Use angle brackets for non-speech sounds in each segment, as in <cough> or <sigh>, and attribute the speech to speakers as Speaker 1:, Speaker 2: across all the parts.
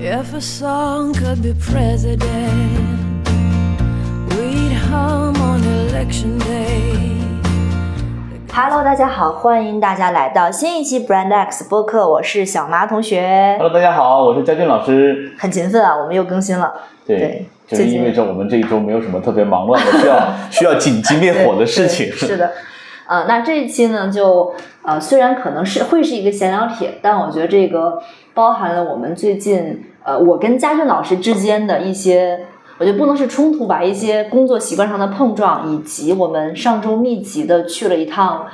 Speaker 1: If a song could be president, we'd hum on election day.
Speaker 2: Hello，大家好，欢迎大家来到新一期 Brand X 播客，我是小麻同学。
Speaker 3: Hello，大家好，我是佳俊老师。
Speaker 2: 很勤奋啊，我们又更新了。对
Speaker 3: 就是
Speaker 2: 最近
Speaker 3: 意味着我们这一周没有什么特别忙乱的需要 <laughs> 需要紧急灭火的事情
Speaker 2: 对。对是的，呃，那这一期呢，就呃，虽然可能是会是一个闲聊帖，但我觉得这个包含了我们最近呃，我跟佳俊老师之间的一些，我觉得不能是冲突吧，一些工作习惯上的碰撞，以及我们上周密集的去了一趟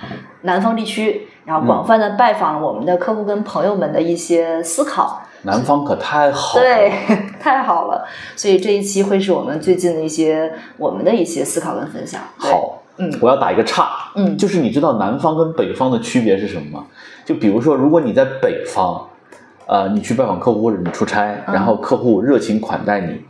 Speaker 2: 南方地区，然后广泛的拜访了我们的客户跟朋友们的一些思考。
Speaker 3: 南方可太好了。
Speaker 2: 对， <laughs> 太好了！所以这一期会是我们最近的一些我们的一些思考跟分享。对，
Speaker 3: 好，
Speaker 2: 嗯
Speaker 3: 我要打一个岔，
Speaker 2: 嗯
Speaker 3: 就是你知道南方跟北方的区别是什么吗？就比如说，如果你在北方，呃，你去拜访客户或者你出差，
Speaker 2: 嗯
Speaker 3: 然后客户热情款待你，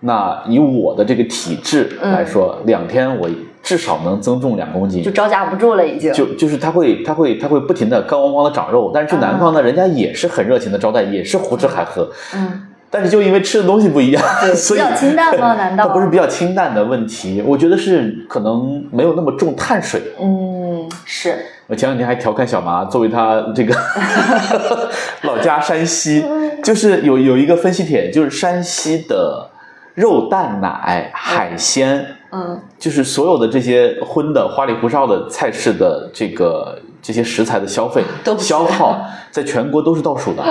Speaker 3: 那以我的这个体质
Speaker 2: 嗯
Speaker 3: 来说，两天我至少能增重两公斤，
Speaker 2: 就招架不住了，已经。
Speaker 3: 就就是他会他会他会不停的干汪汪的长肉，但是去南方呢，人家也是很热情的招待，也是胡吃海喝，
Speaker 2: 嗯，
Speaker 3: 但是就因为吃的东西不一样
Speaker 2: 对，
Speaker 3: <laughs> 所以
Speaker 2: 比较清淡吗难道
Speaker 3: 它不是比较清淡的问题？我觉得是可能没有那么重碳水。
Speaker 2: 嗯，是，
Speaker 3: 我前两天还调侃小麻，作为他这
Speaker 2: <laughs>
Speaker 3: 个老家山西，
Speaker 2: 嗯
Speaker 3: 就是有有一个分析帖，就是山西的肉蛋奶海鲜。
Speaker 2: 嗯
Speaker 3: 就是所有的这些荤的、花里胡哨的菜式的这个这些食材的消费
Speaker 2: 都不是
Speaker 3: 消耗，在全国都是倒数
Speaker 2: <laughs>
Speaker 3: 的。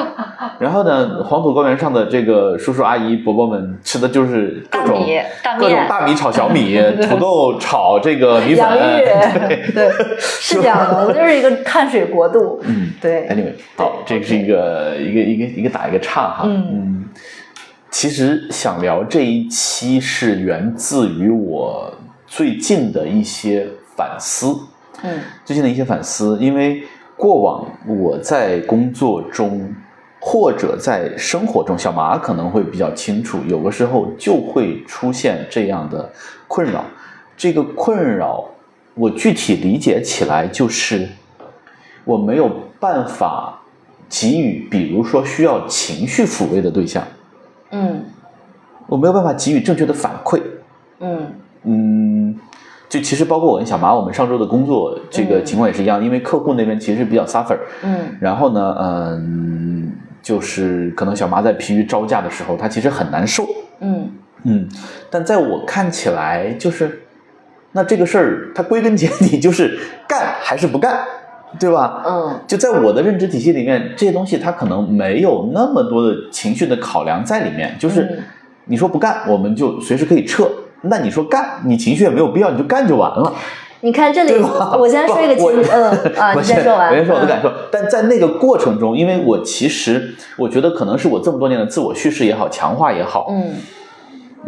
Speaker 3: 然后呢，黄土高原上的这个叔叔阿姨、伯伯们吃的就是各种
Speaker 2: 大米大面
Speaker 3: 各种大米炒
Speaker 2: <laughs>
Speaker 3: 小米、土豆炒这个米粉
Speaker 2: 洋芋，
Speaker 3: <laughs> 对。
Speaker 2: 对，是这样的，我们就是一个碳水国度。
Speaker 3: <laughs> 嗯
Speaker 2: 对，
Speaker 3: Anyway，好，这是一个一个一个一个打一个岔哈。
Speaker 2: 嗯
Speaker 3: 其实想聊这一期是源自于我最近的一些反思，
Speaker 2: 嗯
Speaker 3: 最近的一些反思，因为过往我在工作中或者在生活中，小马可能会比较清楚，有的时候就会出现这样的困扰。这个困扰，我具体理解起来就是我没有办法给予，比如说需要情绪抚慰的对象，
Speaker 2: 嗯
Speaker 3: 我没有办法给予正确的反馈。
Speaker 2: 嗯
Speaker 3: 嗯，就其实包括我跟小马，我们上周的工作这个
Speaker 2: 嗯
Speaker 3: 情况也是一样，因为客户那边其实比较 suffer，
Speaker 2: 嗯
Speaker 3: 然后呢，嗯，就是可能小马在疲于招架的时候，他其实很难受，
Speaker 2: 嗯
Speaker 3: 嗯，但在我看起来，就是那这个事儿，它归根结底就是干还是不干，对吧？
Speaker 2: 嗯
Speaker 3: 就在我的认知体系里面，这些东西它可能没有那么多的情绪的考量在里面。就是
Speaker 2: 嗯
Speaker 3: 你说不干，我们就随时可以撤；那你说干，你情绪也没有必要，你就干就完了。
Speaker 2: 你看这里，
Speaker 3: 对吧
Speaker 2: 我先说一个
Speaker 3: <laughs> 不我
Speaker 2: 情绪，嗯啊，
Speaker 3: 我
Speaker 2: 你先说完，嗯
Speaker 3: 我先说我的感
Speaker 2: 受，
Speaker 3: 受。但在那个过程中，因为我其实我觉得可能是我这么多年的自我叙事也好，强化也好，
Speaker 2: 嗯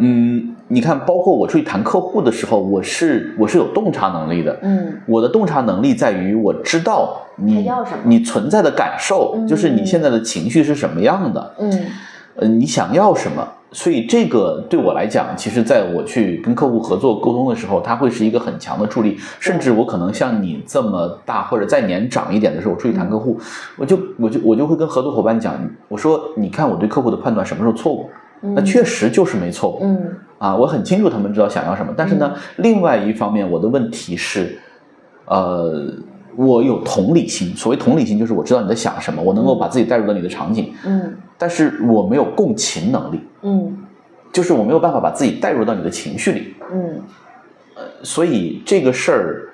Speaker 3: 嗯，你看，包括我出去谈客户的时候，我是我是有洞察能力的。
Speaker 2: 嗯
Speaker 3: 我的洞察能力在于我知道
Speaker 2: 他
Speaker 3: 你
Speaker 2: 要什么
Speaker 3: 你存在的感受，
Speaker 2: 嗯
Speaker 3: 就是你现在的情绪是什么样的，
Speaker 2: 嗯
Speaker 3: 呃，你想要什么。所以这个对我来讲，其实在我去跟客户合作沟通的时候，它会是一个很强的助力。甚至我可能像你这么大，或者再年长一点的时候，我出去谈客户，
Speaker 2: 嗯
Speaker 3: 我就我就我就会跟合作伙伴讲，我说你看我对客户的判断什么时候错误，
Speaker 2: 嗯，
Speaker 3: 那确实就是没错误。
Speaker 2: 嗯
Speaker 3: 啊，我很清楚他们知道想要什么，但是呢，另外一方面，我的问题是，呃，我有同理心。所谓同理心，就是我知道你在想什么，我能够
Speaker 2: 嗯
Speaker 3: 把自己带入到你的场景，
Speaker 2: 嗯
Speaker 3: 但是我没有共情能力，
Speaker 2: 嗯
Speaker 3: 就是我没有办法把自己带入到你的情绪里。
Speaker 2: 嗯
Speaker 3: 所以这个事儿，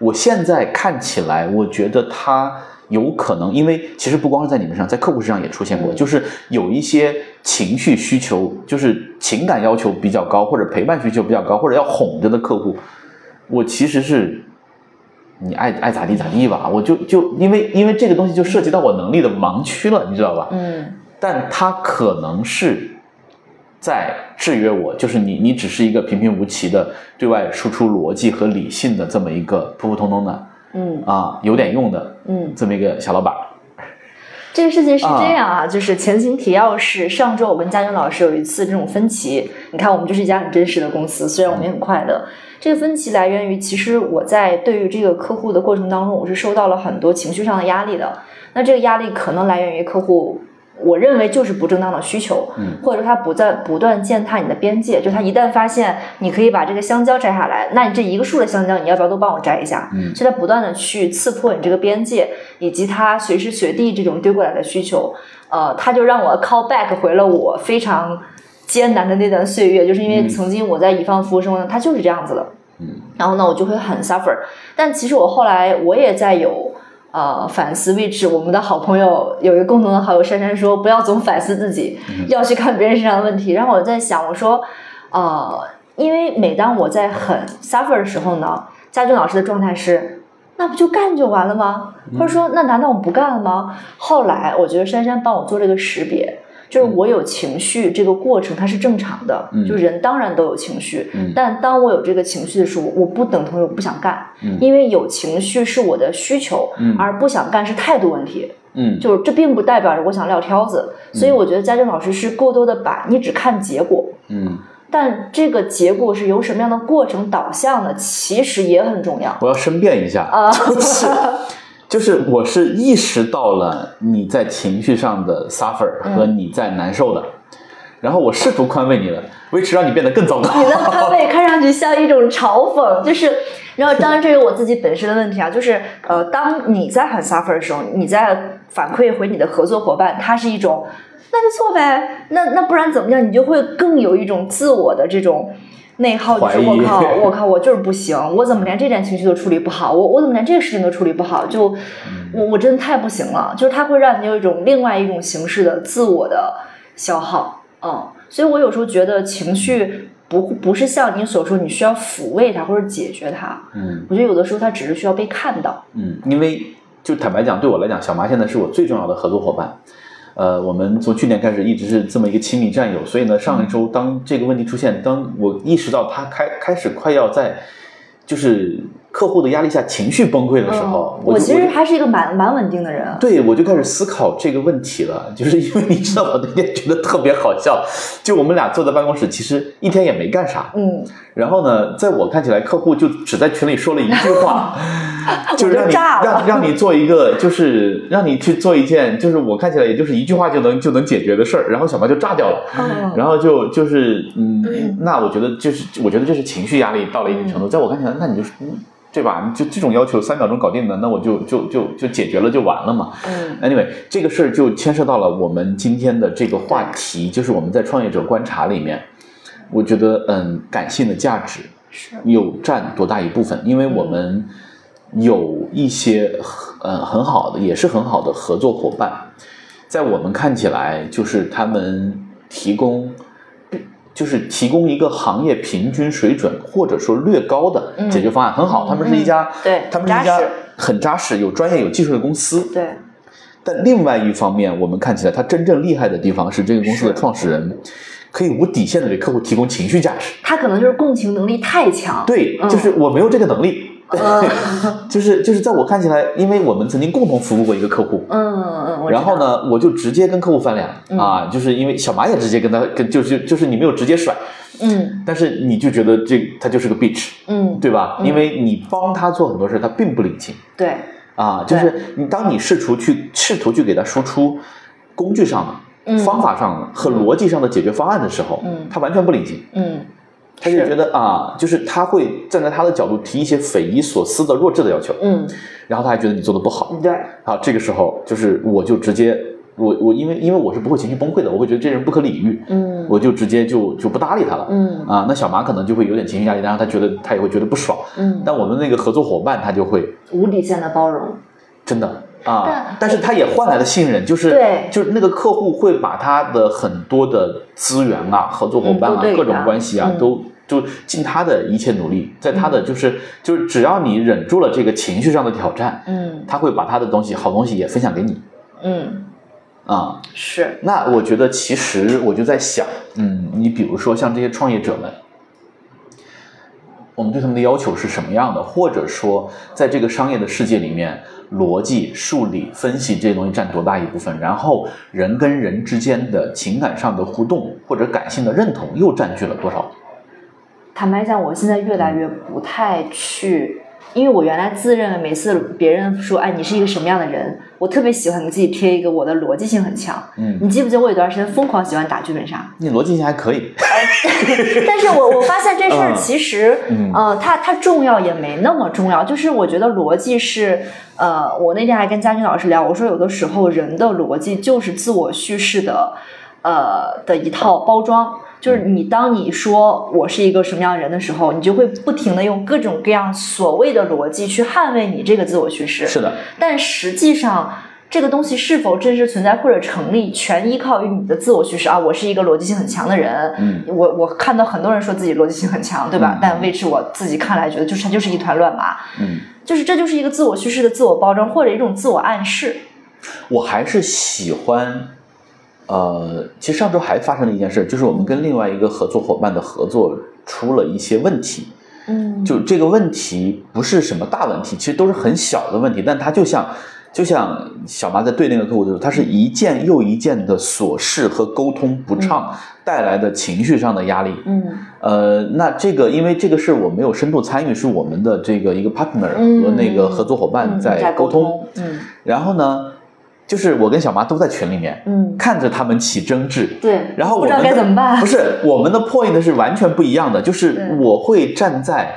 Speaker 3: 我现在看起来，我觉得它有可能，因为其实不光是在你们上，在客户身上也出现过，
Speaker 2: 嗯
Speaker 3: 就是有一些情绪需求，就是情感要求比较高，或者陪伴需求比较高，或者要哄着的客户，我其实是。你爱爱咋地咋地吧，我就就因为因为这个东西就涉及到我能力的盲区了，你知道吧？
Speaker 2: 嗯
Speaker 3: 但它可能是在制约我，就是你，你只是一个平平无奇的对外输出逻辑和理性的这么一个普普通通的
Speaker 2: 嗯
Speaker 3: 啊，有点用的
Speaker 2: 嗯。
Speaker 3: 这么一个小老板儿。
Speaker 2: 这个事情是这样啊，就是前情提要是上周我跟佳俊老师有一次这种分歧，你看我们这是一家很真实的公司，虽然我们也很快乐。这个分歧来源于，其实我在对于这个客户的过程当中，我是受到了很多情绪上的压力的。那这个压力可能来源于客户我认为就是不正当的需求，
Speaker 3: 嗯
Speaker 2: 或者说它不在不断践踏你的边界，就它一旦发现你可以把这个香蕉摘下来，那你这一个树的香蕉，你要不要都帮我摘一下？
Speaker 3: 嗯
Speaker 2: 所以它不断的去刺破你这个边界，以及它随时随地这种丢过来的需求，呃，它就让我 call back 回了我非常艰难的那段岁月，就是因为
Speaker 3: 嗯
Speaker 2: 曾经我在乙方服务生活中，它就是这样子的。
Speaker 3: 嗯，
Speaker 2: 然后呢，我就会很 suffer。但其实我后来我也在有呃反思位置。我们的好朋友有一个共同的好友珊珊说，不要总反思自己，要去看别人身上的问题。然后我在想，我说，呃，因为每当我在很 suffer 的时候呢，家俊老师的状态是。那不就干就完了吗？或者说，那难道我不干了吗？后来我觉得珊珊帮我做这个识别，就是我有情绪这个过程它是正常的，
Speaker 3: 嗯
Speaker 2: 就人当然都有情绪，
Speaker 3: 嗯
Speaker 2: 但当我有这个情绪的时候，我不等同于我不想干，
Speaker 3: 嗯
Speaker 2: 因为有情绪是我的需求，
Speaker 3: 嗯
Speaker 2: 而不想干是态度问题。
Speaker 3: 嗯
Speaker 2: 就是这并不代表着我想撂挑子，所以我觉得家政老师是过多的把你只看结果，
Speaker 3: 嗯，
Speaker 2: 但这个结果是由什么样的过程导向的，其实也很重要。
Speaker 3: 我要申辩一下，
Speaker 2: 啊 <laughs>
Speaker 3: 就是就是我是意识到了你在情绪上的 suffer
Speaker 2: 嗯
Speaker 3: 和你在难受的，然后我试图宽慰你了，维持让你变得更糟糕。
Speaker 2: 你的宽慰看上去像一种嘲讽，就是，然后当然这是我自己本身的问题啊，就是呃，当你在很 suffer 的时候，你在反馈回你的合作伙伴，他是一种，那就错呗，那那不然怎么样？你就会更有一种自我的这种。内耗就是
Speaker 3: 怀疑
Speaker 2: 我
Speaker 3: <laughs>
Speaker 2: 靠，我靠，我就是不行，我怎么连这点情绪都处理不好？我我怎么连这个事情都处理不好？就
Speaker 3: 嗯
Speaker 2: 我我真的太不行了，就是它会让你有一种另外一种形式的自我的消耗，嗯，所以我有时候觉得情绪不不是像你所说，你需要抚慰它或者解决它，
Speaker 3: 嗯
Speaker 2: 我觉得有的时候它只是需要被看到，
Speaker 3: 嗯，因为就坦白讲，对我来讲，小麻现在是我最重要的合作伙伴。呃，我们从去年开始一直是这么一个亲密战友，所以呢，上一周
Speaker 2: 嗯
Speaker 3: 当这个问题出现，当我意识到他开开始快要在就是客户的压力下情绪崩溃的时候，
Speaker 2: 嗯
Speaker 3: 我
Speaker 2: 我
Speaker 3: 就
Speaker 2: 其
Speaker 3: 我就
Speaker 2: 实还是一个蛮蛮稳定的人，啊
Speaker 3: 对，我就开始思考这个问题了，就是因为你知道，我那天觉得特别好笑，就我们俩坐在办公室，其实一天也没干啥。
Speaker 2: 嗯，
Speaker 3: 然后呢，在我看起来，客户就只在群里说了一句
Speaker 2: <laughs>
Speaker 3: 话， <laughs> 就是让
Speaker 2: 我就
Speaker 3: 你
Speaker 2: 炸了
Speaker 3: 让让你做一个，就是让你去做一件，就是我看起来也就是一句话就能就能解决的事儿，然后小毛就炸掉了。
Speaker 2: 嗯
Speaker 3: 然后就就是嗯
Speaker 2: 嗯，
Speaker 3: 那我觉得就是我觉得这是情绪压力到了一定程度，在我看起来，那你就是嗯对吧？你就这种要求三秒钟搞定的，那我就就就就解决了就完了嘛。
Speaker 2: 嗯
Speaker 3: Anyway，这个事儿就牵涉到了我们今天的这个话题，就是我们在创业者观察里面，我觉得嗯，感性的价值
Speaker 2: 是，
Speaker 3: 有占多大一部分？因为我们有一些呃很好的，也是很好的合作伙伴，在我们看起来，就是他们提供，就是提供一个行业平均水准或者说略高的解决方案，很好。他们是一家，
Speaker 2: 嗯对
Speaker 3: 他们是一家
Speaker 2: 扎实
Speaker 3: 很扎实、有专业、有技术的公司。
Speaker 2: 对，
Speaker 3: 但另外一方面，我们看起来他真正厉害的地方是这个公司的
Speaker 2: 是
Speaker 3: 创始人可以无底线的给客户提供情绪价值。
Speaker 2: 他可能就是共情能力太强，
Speaker 3: 对，
Speaker 2: 嗯
Speaker 3: 就是我没有这个能力。
Speaker 2: 嗯
Speaker 3: <laughs> 就是就是在我看起来，因为我们曾经共同服务过一个客户，
Speaker 2: 嗯嗯，我知道
Speaker 3: 然后？呢，我就直接跟客户翻脸、
Speaker 2: 嗯
Speaker 3: 啊，就是因为小马也直接跟他跟就是就是你没有直接甩，
Speaker 2: 嗯
Speaker 3: 但是你就觉得这他就是个 bitch，
Speaker 2: 嗯，
Speaker 3: 对吧？
Speaker 2: 嗯
Speaker 3: 因为你帮他做很多事，他并不领情
Speaker 2: 对，
Speaker 3: 啊，就是你当你试图去试图去给他输出工具上的、
Speaker 2: 嗯
Speaker 3: 方法上的和逻辑上的解决方案的时候，
Speaker 2: 嗯
Speaker 3: 他完全不领情。
Speaker 2: 嗯
Speaker 3: 他就是觉得啊，就是他会站在他的角度提一些匪夷所思的弱智的要求，
Speaker 2: 嗯，
Speaker 3: 然后他还觉得你做的不好。
Speaker 2: 对，
Speaker 3: 好，这个时候就是我就直接我我因为因为我是不会情绪崩溃的，我会觉得这人不可理喻，
Speaker 2: 嗯
Speaker 3: 我就直接就就不搭理他了。
Speaker 2: 嗯
Speaker 3: 啊，那小马可能就会有点情绪压力，然后他觉得他也会觉得不爽。
Speaker 2: 嗯，
Speaker 3: 但我们那个合作伙伴他就会
Speaker 2: 无底线的包容，
Speaker 3: 真的。啊
Speaker 2: 但！
Speaker 3: 但是他也换来了信任，就是
Speaker 2: 对
Speaker 3: 就是那个客户会把他的很多的资源啊、合作伙
Speaker 2: 嗯
Speaker 3: 伴啊
Speaker 2: 都、对
Speaker 3: 各种
Speaker 2: 他
Speaker 3: 关系啊，
Speaker 2: 嗯
Speaker 3: 都就尽他的一切努力，在他的就是就是只要你忍住了这个情绪上的挑战，
Speaker 2: 嗯
Speaker 3: 他会把他的东西好东西也分享给你
Speaker 2: 嗯，
Speaker 3: 啊。
Speaker 2: 是，
Speaker 3: 那我觉得，其实我就在想，嗯，你比如说像这些创业者们，我们对他们的要求是什么样的？或者说，在这个商业的世界里面，逻辑、数理、分析这些东西占多大一部分？然后，人跟人之间的情感上的互动或者感性的认同又占据了多少？
Speaker 2: 坦白讲，我现在越来越不太去因为我原来自认为每次别人说哎你是一个什么样的人，我特别喜欢给自己贴一个我的逻辑性很强。
Speaker 3: 嗯，
Speaker 2: 你记不记得我有段时间疯狂喜欢打剧本杀？
Speaker 3: 你逻辑性还可以， <laughs>
Speaker 2: <laughs> 但是我我发现这事儿
Speaker 3: 嗯
Speaker 2: 其实，
Speaker 3: 嗯
Speaker 2: 呃，它它重要也没那么重要。就是我觉得逻辑是，呃，我那天还跟嘉军老师聊，我说有的时候人的逻辑就是自我叙事的，呃的一套包装。就是
Speaker 3: 嗯
Speaker 2: 你当你说我是一个什么样的人的时候，你就会不停的用各种各样所谓的逻辑去捍卫你这个自我叙事。
Speaker 3: 是的，
Speaker 2: 但实际上，这个东西是否真实存在或者成立，全依靠于你的自我叙事啊。我是一个逻辑性很强的人，
Speaker 3: 嗯
Speaker 2: 我我看到很多人说自己逻辑性很强，对吧？
Speaker 3: 嗯
Speaker 2: 但为之我自己看来觉得，就是它就是一团乱麻，
Speaker 3: 嗯。
Speaker 2: 就是这就是一个自我叙事的自我包装或者一种自我暗示。
Speaker 3: 我还是喜欢，呃，其实上周还发生了一件事，就是我们跟另外一个合作伙伴的合作出了一些问题。
Speaker 2: 嗯
Speaker 3: 就这个问题不是什么大问题，其实都是很小的问题，但它就像就像小麻在对那个客户的时候，它是一件又一件的琐事和沟通不畅带来的情绪上的压力。
Speaker 2: 嗯
Speaker 3: 呃，那这个因为这个事我没有深度参与，是我们的这个一个 partner
Speaker 2: 嗯
Speaker 3: 和那个合作伙
Speaker 2: 嗯
Speaker 3: 伴
Speaker 2: 在
Speaker 3: 在
Speaker 2: 沟
Speaker 3: 沟
Speaker 2: 通
Speaker 3: 通。
Speaker 2: 嗯
Speaker 3: 然后呢，就是我跟小麻都在群里面
Speaker 2: 嗯，
Speaker 3: 看着他们起争执。
Speaker 2: 对。
Speaker 3: 然后我
Speaker 2: 不知道
Speaker 3: 们的
Speaker 2: 该怎么办
Speaker 3: <laughs> 不是我们的 point 是完全不一样的，就是
Speaker 2: 对
Speaker 3: 我会站在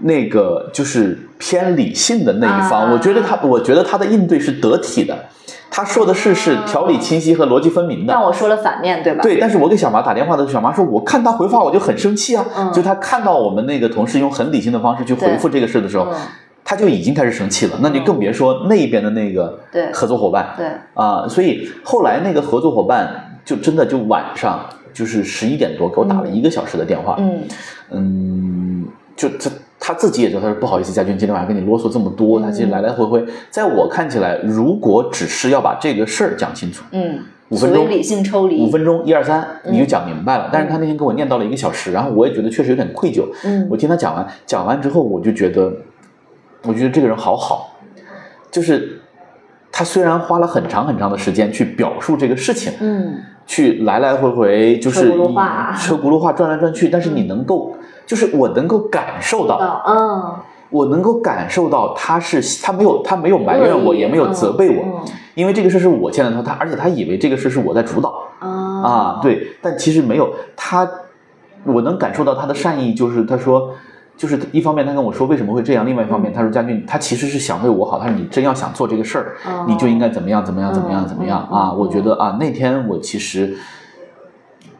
Speaker 3: 那个就是偏理性的那一方，
Speaker 2: 啊
Speaker 3: 我觉得他我觉得他的应对是得体的，他说的事是条理清晰和逻辑分明的。
Speaker 2: 但我说了反面，对吧？
Speaker 3: 对，但是我给小麻打电话的时候，小麻说，我看他回话我就很生气啊，
Speaker 2: 嗯
Speaker 3: 就他看到我们那个同事用很理性的方式去回复这个事的时候
Speaker 2: 嗯，
Speaker 3: 他就已经开始生气了，那就更别说那边的那个
Speaker 2: 对
Speaker 3: 合作伙伴，
Speaker 2: 对，
Speaker 3: 啊，所以后来那个合作伙伴就真的就晚上就是十一点多给我打了一个小时的电话，
Speaker 2: 嗯
Speaker 3: 嗯就他他自己也知道，他说不好意思，佳军今天晚上跟你啰嗦这么多，他
Speaker 2: 嗯
Speaker 3: 其实来来回回，在我看起来，如果只是要把这个事儿讲清楚，
Speaker 2: 嗯，
Speaker 3: 五
Speaker 2: 所
Speaker 3: 分
Speaker 2: 谓
Speaker 3: 钟
Speaker 2: 理性抽离，
Speaker 3: 五分钟一二三
Speaker 2: 嗯
Speaker 3: 你就讲明白了，但是他那天给我念叨了一个小时，然后我也觉得确实有点愧疚，
Speaker 2: 嗯
Speaker 3: 我听他讲完，讲完之后我就觉得，我觉得这个人好好，就是他虽然花了很长很长的时间去表述这个事情，
Speaker 2: 嗯
Speaker 3: 去来来回回就是
Speaker 2: 车轱辘话
Speaker 3: 一车轱辘话转来转去，但是你能够，就是我能够感受到，
Speaker 2: 嗯
Speaker 3: 我能够感受到他是他没有他没有埋怨我，
Speaker 2: 恶意
Speaker 3: 也没有责备我，
Speaker 2: 嗯
Speaker 3: 因为这个事是我欠了他，他而且他以为这个事是我在主导。
Speaker 2: 嗯
Speaker 3: 啊，，对，但其实没有他，我能感受到他的善意，就是他说，就是一方面他跟我说为什么会这样，另外一
Speaker 2: 嗯
Speaker 3: 方面他说佳俊，他其实是想为我好，他说你真要想做这个事儿，你就应该怎么样怎么样怎么样怎么样
Speaker 2: 哦嗯
Speaker 3: 啊！
Speaker 2: 嗯
Speaker 3: 我觉得啊，那天我其实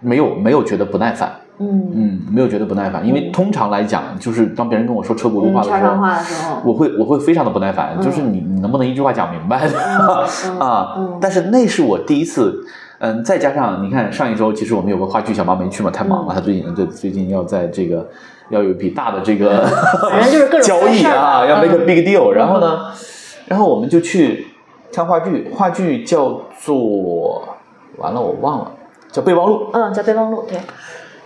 Speaker 3: 没有没有觉得不耐烦，
Speaker 2: 嗯，
Speaker 3: 嗯，没有觉得不耐烦，因为通常来讲，就是当别人跟我说车轱辘
Speaker 2: 嗯
Speaker 3: 话
Speaker 2: 插
Speaker 3: 的时
Speaker 2: 上
Speaker 3: 候。
Speaker 2: 话的时候，
Speaker 3: 我会我会非常的不耐烦，就是
Speaker 2: 嗯
Speaker 3: 你你能不能一句话讲明白
Speaker 2: 嗯
Speaker 3: 啊
Speaker 2: 嗯？
Speaker 3: 但是那是我第一次，嗯，再加上你看上一周其实我们有个话剧小妈没去嘛，太忙
Speaker 2: 嗯
Speaker 3: 了，她最近对最近要在这个要有一笔大的这个
Speaker 2: 反正就是各种
Speaker 3: 交易
Speaker 2: 事儿
Speaker 3: 啊，
Speaker 2: 吧
Speaker 3: 要 make a
Speaker 2: 嗯
Speaker 3: big deal，然后呢，然后我们就去看话剧，话剧叫做完了我忘了。叫《备忘录》，
Speaker 2: 嗯，叫备忘录，对，
Speaker 3: 啊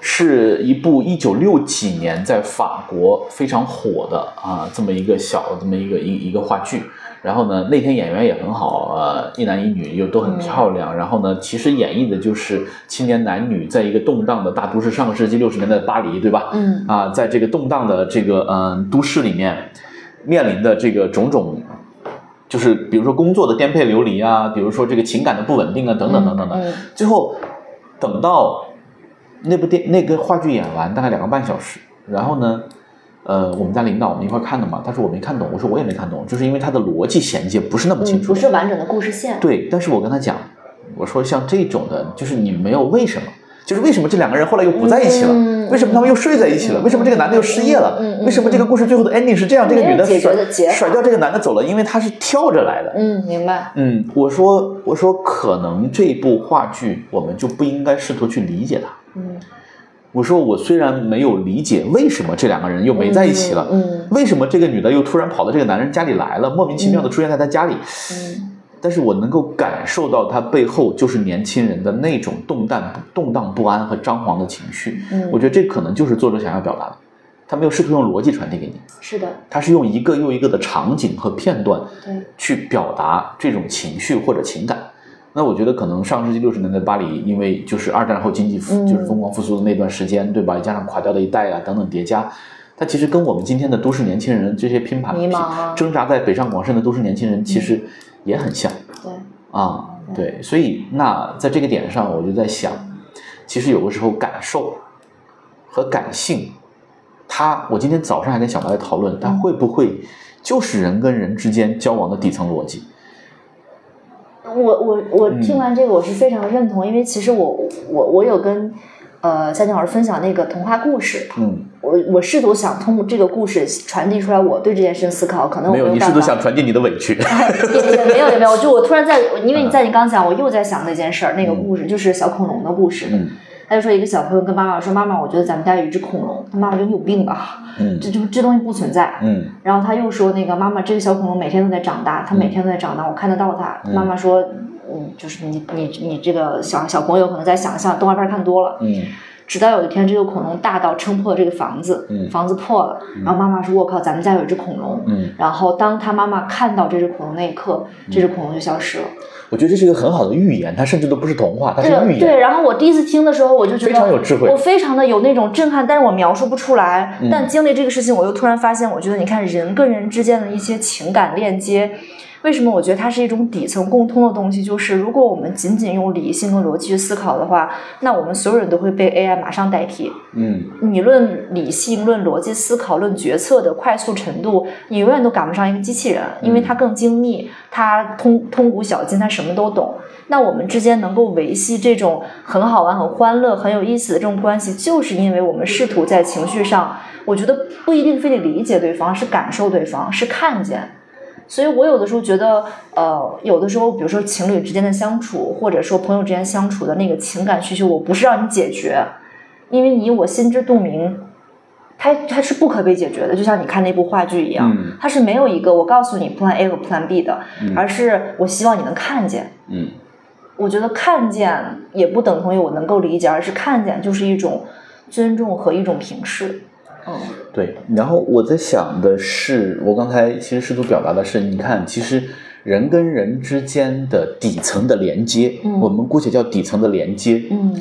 Speaker 3: 是一部一九六几年在法国非常火的啊这么一个小这么一个一一个话剧。然后呢，那天演员也很好，呃，一男一女又都很漂亮。然后呢，其实演绎的就是青年男女在一个动荡的大都市，上个世纪六十年代的巴黎，对吧？
Speaker 2: 嗯
Speaker 3: 啊，在这个动荡的这个嗯、都市里面，面临的这个种种，就是比如说工作的颠沛流离啊，比如说这个情感的不稳定啊，等等等等的。
Speaker 2: 嗯
Speaker 3: 最后等到那部电那个话剧演完大概两个半小时，然后呢，呃，我们家领导我们一块儿看的嘛，他说我没看懂，我说我也没看懂，就是因为他的逻辑衔接不是那么清
Speaker 2: 嗯，
Speaker 3: 楚，
Speaker 2: 不是完整的故事线，
Speaker 3: 对，但是我跟他讲，我说像这种的，就是你没有为什么，就是为什么这两个人后来又不在一起了？
Speaker 2: 嗯
Speaker 3: 为什么他们又睡在一起了？
Speaker 2: 嗯
Speaker 3: 为什么这个男的又失业了？
Speaker 2: 嗯嗯嗯
Speaker 3: 为什么这个故事最后的 ending 是这样？这个
Speaker 2: 没有
Speaker 3: 女的
Speaker 2: 解决
Speaker 3: 甩
Speaker 2: 的解法
Speaker 3: 甩掉这个男的走了，因为她是跳着来的。
Speaker 2: 嗯，明白，
Speaker 3: 嗯，我说我说，可能这部话剧我们就不应该试图去理解它。
Speaker 2: 嗯，
Speaker 3: 我说我虽然没有理解为什么这两个人又没在一起了，
Speaker 2: 嗯
Speaker 3: 为什么这个女的又突然跑到这个男人家里来了，莫名其妙的出现在他家里，
Speaker 2: 嗯
Speaker 3: 但是我能够感受到他背后就是年轻人的那种动荡、动荡不安和张狂的情绪。
Speaker 2: 嗯
Speaker 3: 我觉得这可能就是作者想要表达的，他没有试图用逻辑传递给你，
Speaker 2: 是的，
Speaker 3: 他是用一个又一个的场景和片段
Speaker 2: 对，
Speaker 3: 去表达这种情绪或者情感。那我觉得可能上世纪六十年代巴黎，因为就是二战后经济复
Speaker 2: 嗯
Speaker 3: 就是疯狂复苏的那段时间，对吧？加上垮掉的一代啊等等叠加，它其实跟我们今天的都市年轻人这些拼盘
Speaker 2: 迷茫嗯啊
Speaker 3: 挣扎在北上广深的都市年轻人其实也很像
Speaker 2: 对，
Speaker 3: 啊。对，所以那在这个点上，我就在想，其实有的时候感受和感性，它我今天早上还跟小白在讨论，它
Speaker 2: 嗯
Speaker 3: 会不会就是人跟人之间交往的底层逻辑？
Speaker 2: 我我我
Speaker 3: 嗯
Speaker 2: 听完这个我是非常认同，因为其实我我我有跟呃夏静老师分享那个童话故事，
Speaker 3: 嗯，
Speaker 2: 我我试图想通过这个故事传递出来我对这件事情思考，可能哎我
Speaker 3: 没有，你
Speaker 2: 办
Speaker 3: 试
Speaker 2: 法。
Speaker 3: 图想传递你的
Speaker 2: <laughs>
Speaker 3: 委屈。
Speaker 2: 也也没有也没
Speaker 3: <laughs>
Speaker 2: 有，就我突然在，因
Speaker 3: 嗯
Speaker 2: 为你在你刚讲，我又在想那件事儿，那个故事就是小恐龙的故事。
Speaker 3: 嗯
Speaker 2: 他就说一个小朋友跟妈妈说：“妈妈，我觉得咱们家有一只恐龙。”他妈妈说：“你有病吧，
Speaker 3: 嗯
Speaker 2: 这这这东西不存在。
Speaker 3: 嗯
Speaker 2: 然后他又说：“那个妈妈，这个小恐龙每天都在长大，它每天都在长大，我看得到它。”
Speaker 3: 嗯
Speaker 2: 妈妈说：“嗯，就是你你你这个小小朋友可能在想象动画片看多了。”
Speaker 3: 嗯
Speaker 2: 直到有一天，这个恐龙大到撑破这个房子，
Speaker 3: 嗯
Speaker 2: 房子破了，然后妈妈说：“我靠，咱们家有一只恐龙。”
Speaker 3: 嗯，
Speaker 2: 然后当他妈妈看到这只恐龙那一刻，这只恐龙就消失了。
Speaker 3: 我觉得这是一个很好的寓言，它甚至都不是童话，它是
Speaker 2: 对
Speaker 3: 寓
Speaker 2: 对，
Speaker 3: 言。
Speaker 2: 然后我第一次听的时候，我就觉得
Speaker 3: 非常有智慧
Speaker 2: 我非常的有那种震撼，但是我描述不出来。
Speaker 3: 嗯
Speaker 2: 但经历这个事情，我又突然发现，我觉得你看人跟人之间的一些情感链接。为什么我觉得它是一种底层共通的东西？就是如果我们仅仅用理性跟逻辑去思考的话，那我们所有人都会被 AI 马上代替。
Speaker 3: 嗯
Speaker 2: 你论理性、论逻辑思考、论决策的快速程度，你永远都赶不上一个机器人，因为它更精密，它通通古小今，它什么都懂。那我们之间能够维系这种很好玩、很欢乐、很有意思的这种关系，就是因为我们试图在情绪上，我觉得不一定非得理解对方，是感受对方，是看见。所以我有的时候觉得，呃，有的时候，比如说情侣之间的相处，或者说朋友之间相处的那个情感需求，我不是让你解决，因为你我心知肚明，它它是不可被解决的，就像你看那部话剧一样，
Speaker 3: 嗯
Speaker 2: 它是没有一个我告诉你 Plan A 和 Plan B 的，
Speaker 3: 嗯
Speaker 2: 而是我希望你能看见。
Speaker 3: 嗯
Speaker 2: 我觉得看见也不等同于我能够理解，而是看见就是一种尊重和一种平视。
Speaker 3: 哦
Speaker 2: 嗯，
Speaker 3: 对，然后我在想的是，我刚才其实试图表达的是，你看，其实人跟人之间的底层的连接，
Speaker 2: 嗯
Speaker 3: 我们姑且叫底层的连接，
Speaker 2: 嗯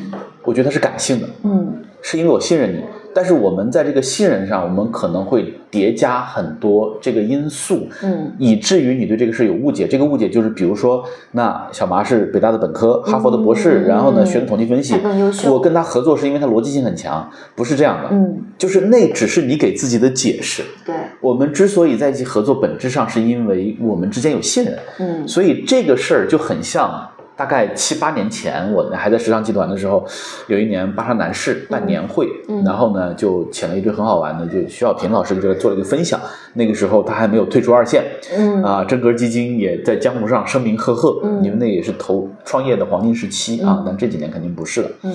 Speaker 3: 我觉得它是感性的，
Speaker 2: 嗯
Speaker 3: 是因为我信任你。但是我们在这个信任上，我们可能会叠加很多这个因素，
Speaker 2: 嗯
Speaker 3: 以至于你对这个事有误解。这个误解就是，比如说，那小麻是北大的本科，哈佛的博士，
Speaker 2: 嗯
Speaker 3: 然后呢
Speaker 2: 嗯
Speaker 3: 学的统计分析
Speaker 2: 他更优，秀
Speaker 3: 我跟他合作是因为他逻辑性很强，不是这样的，
Speaker 2: 嗯，
Speaker 3: 就是那只是你给自己的解释。
Speaker 2: 对，
Speaker 3: 我们之所以在一起合作，本质上是因为我们之间有信任，
Speaker 2: 嗯
Speaker 3: 所以这个事儿就很像。大概七八年前，我还在时尚集团的时候，有一年巴沙男士办年会，
Speaker 2: 嗯
Speaker 3: 然后呢就请了一堆很好玩的，就徐小平老师就做了一个分享。那个时候他还没有退出二线，
Speaker 2: 嗯
Speaker 3: 啊，真格基金也在江湖上声名赫赫，
Speaker 2: 嗯
Speaker 3: 因为那也是投创业的黄金时期啊
Speaker 2: 嗯，
Speaker 3: 但这几年肯定不是了。
Speaker 2: 嗯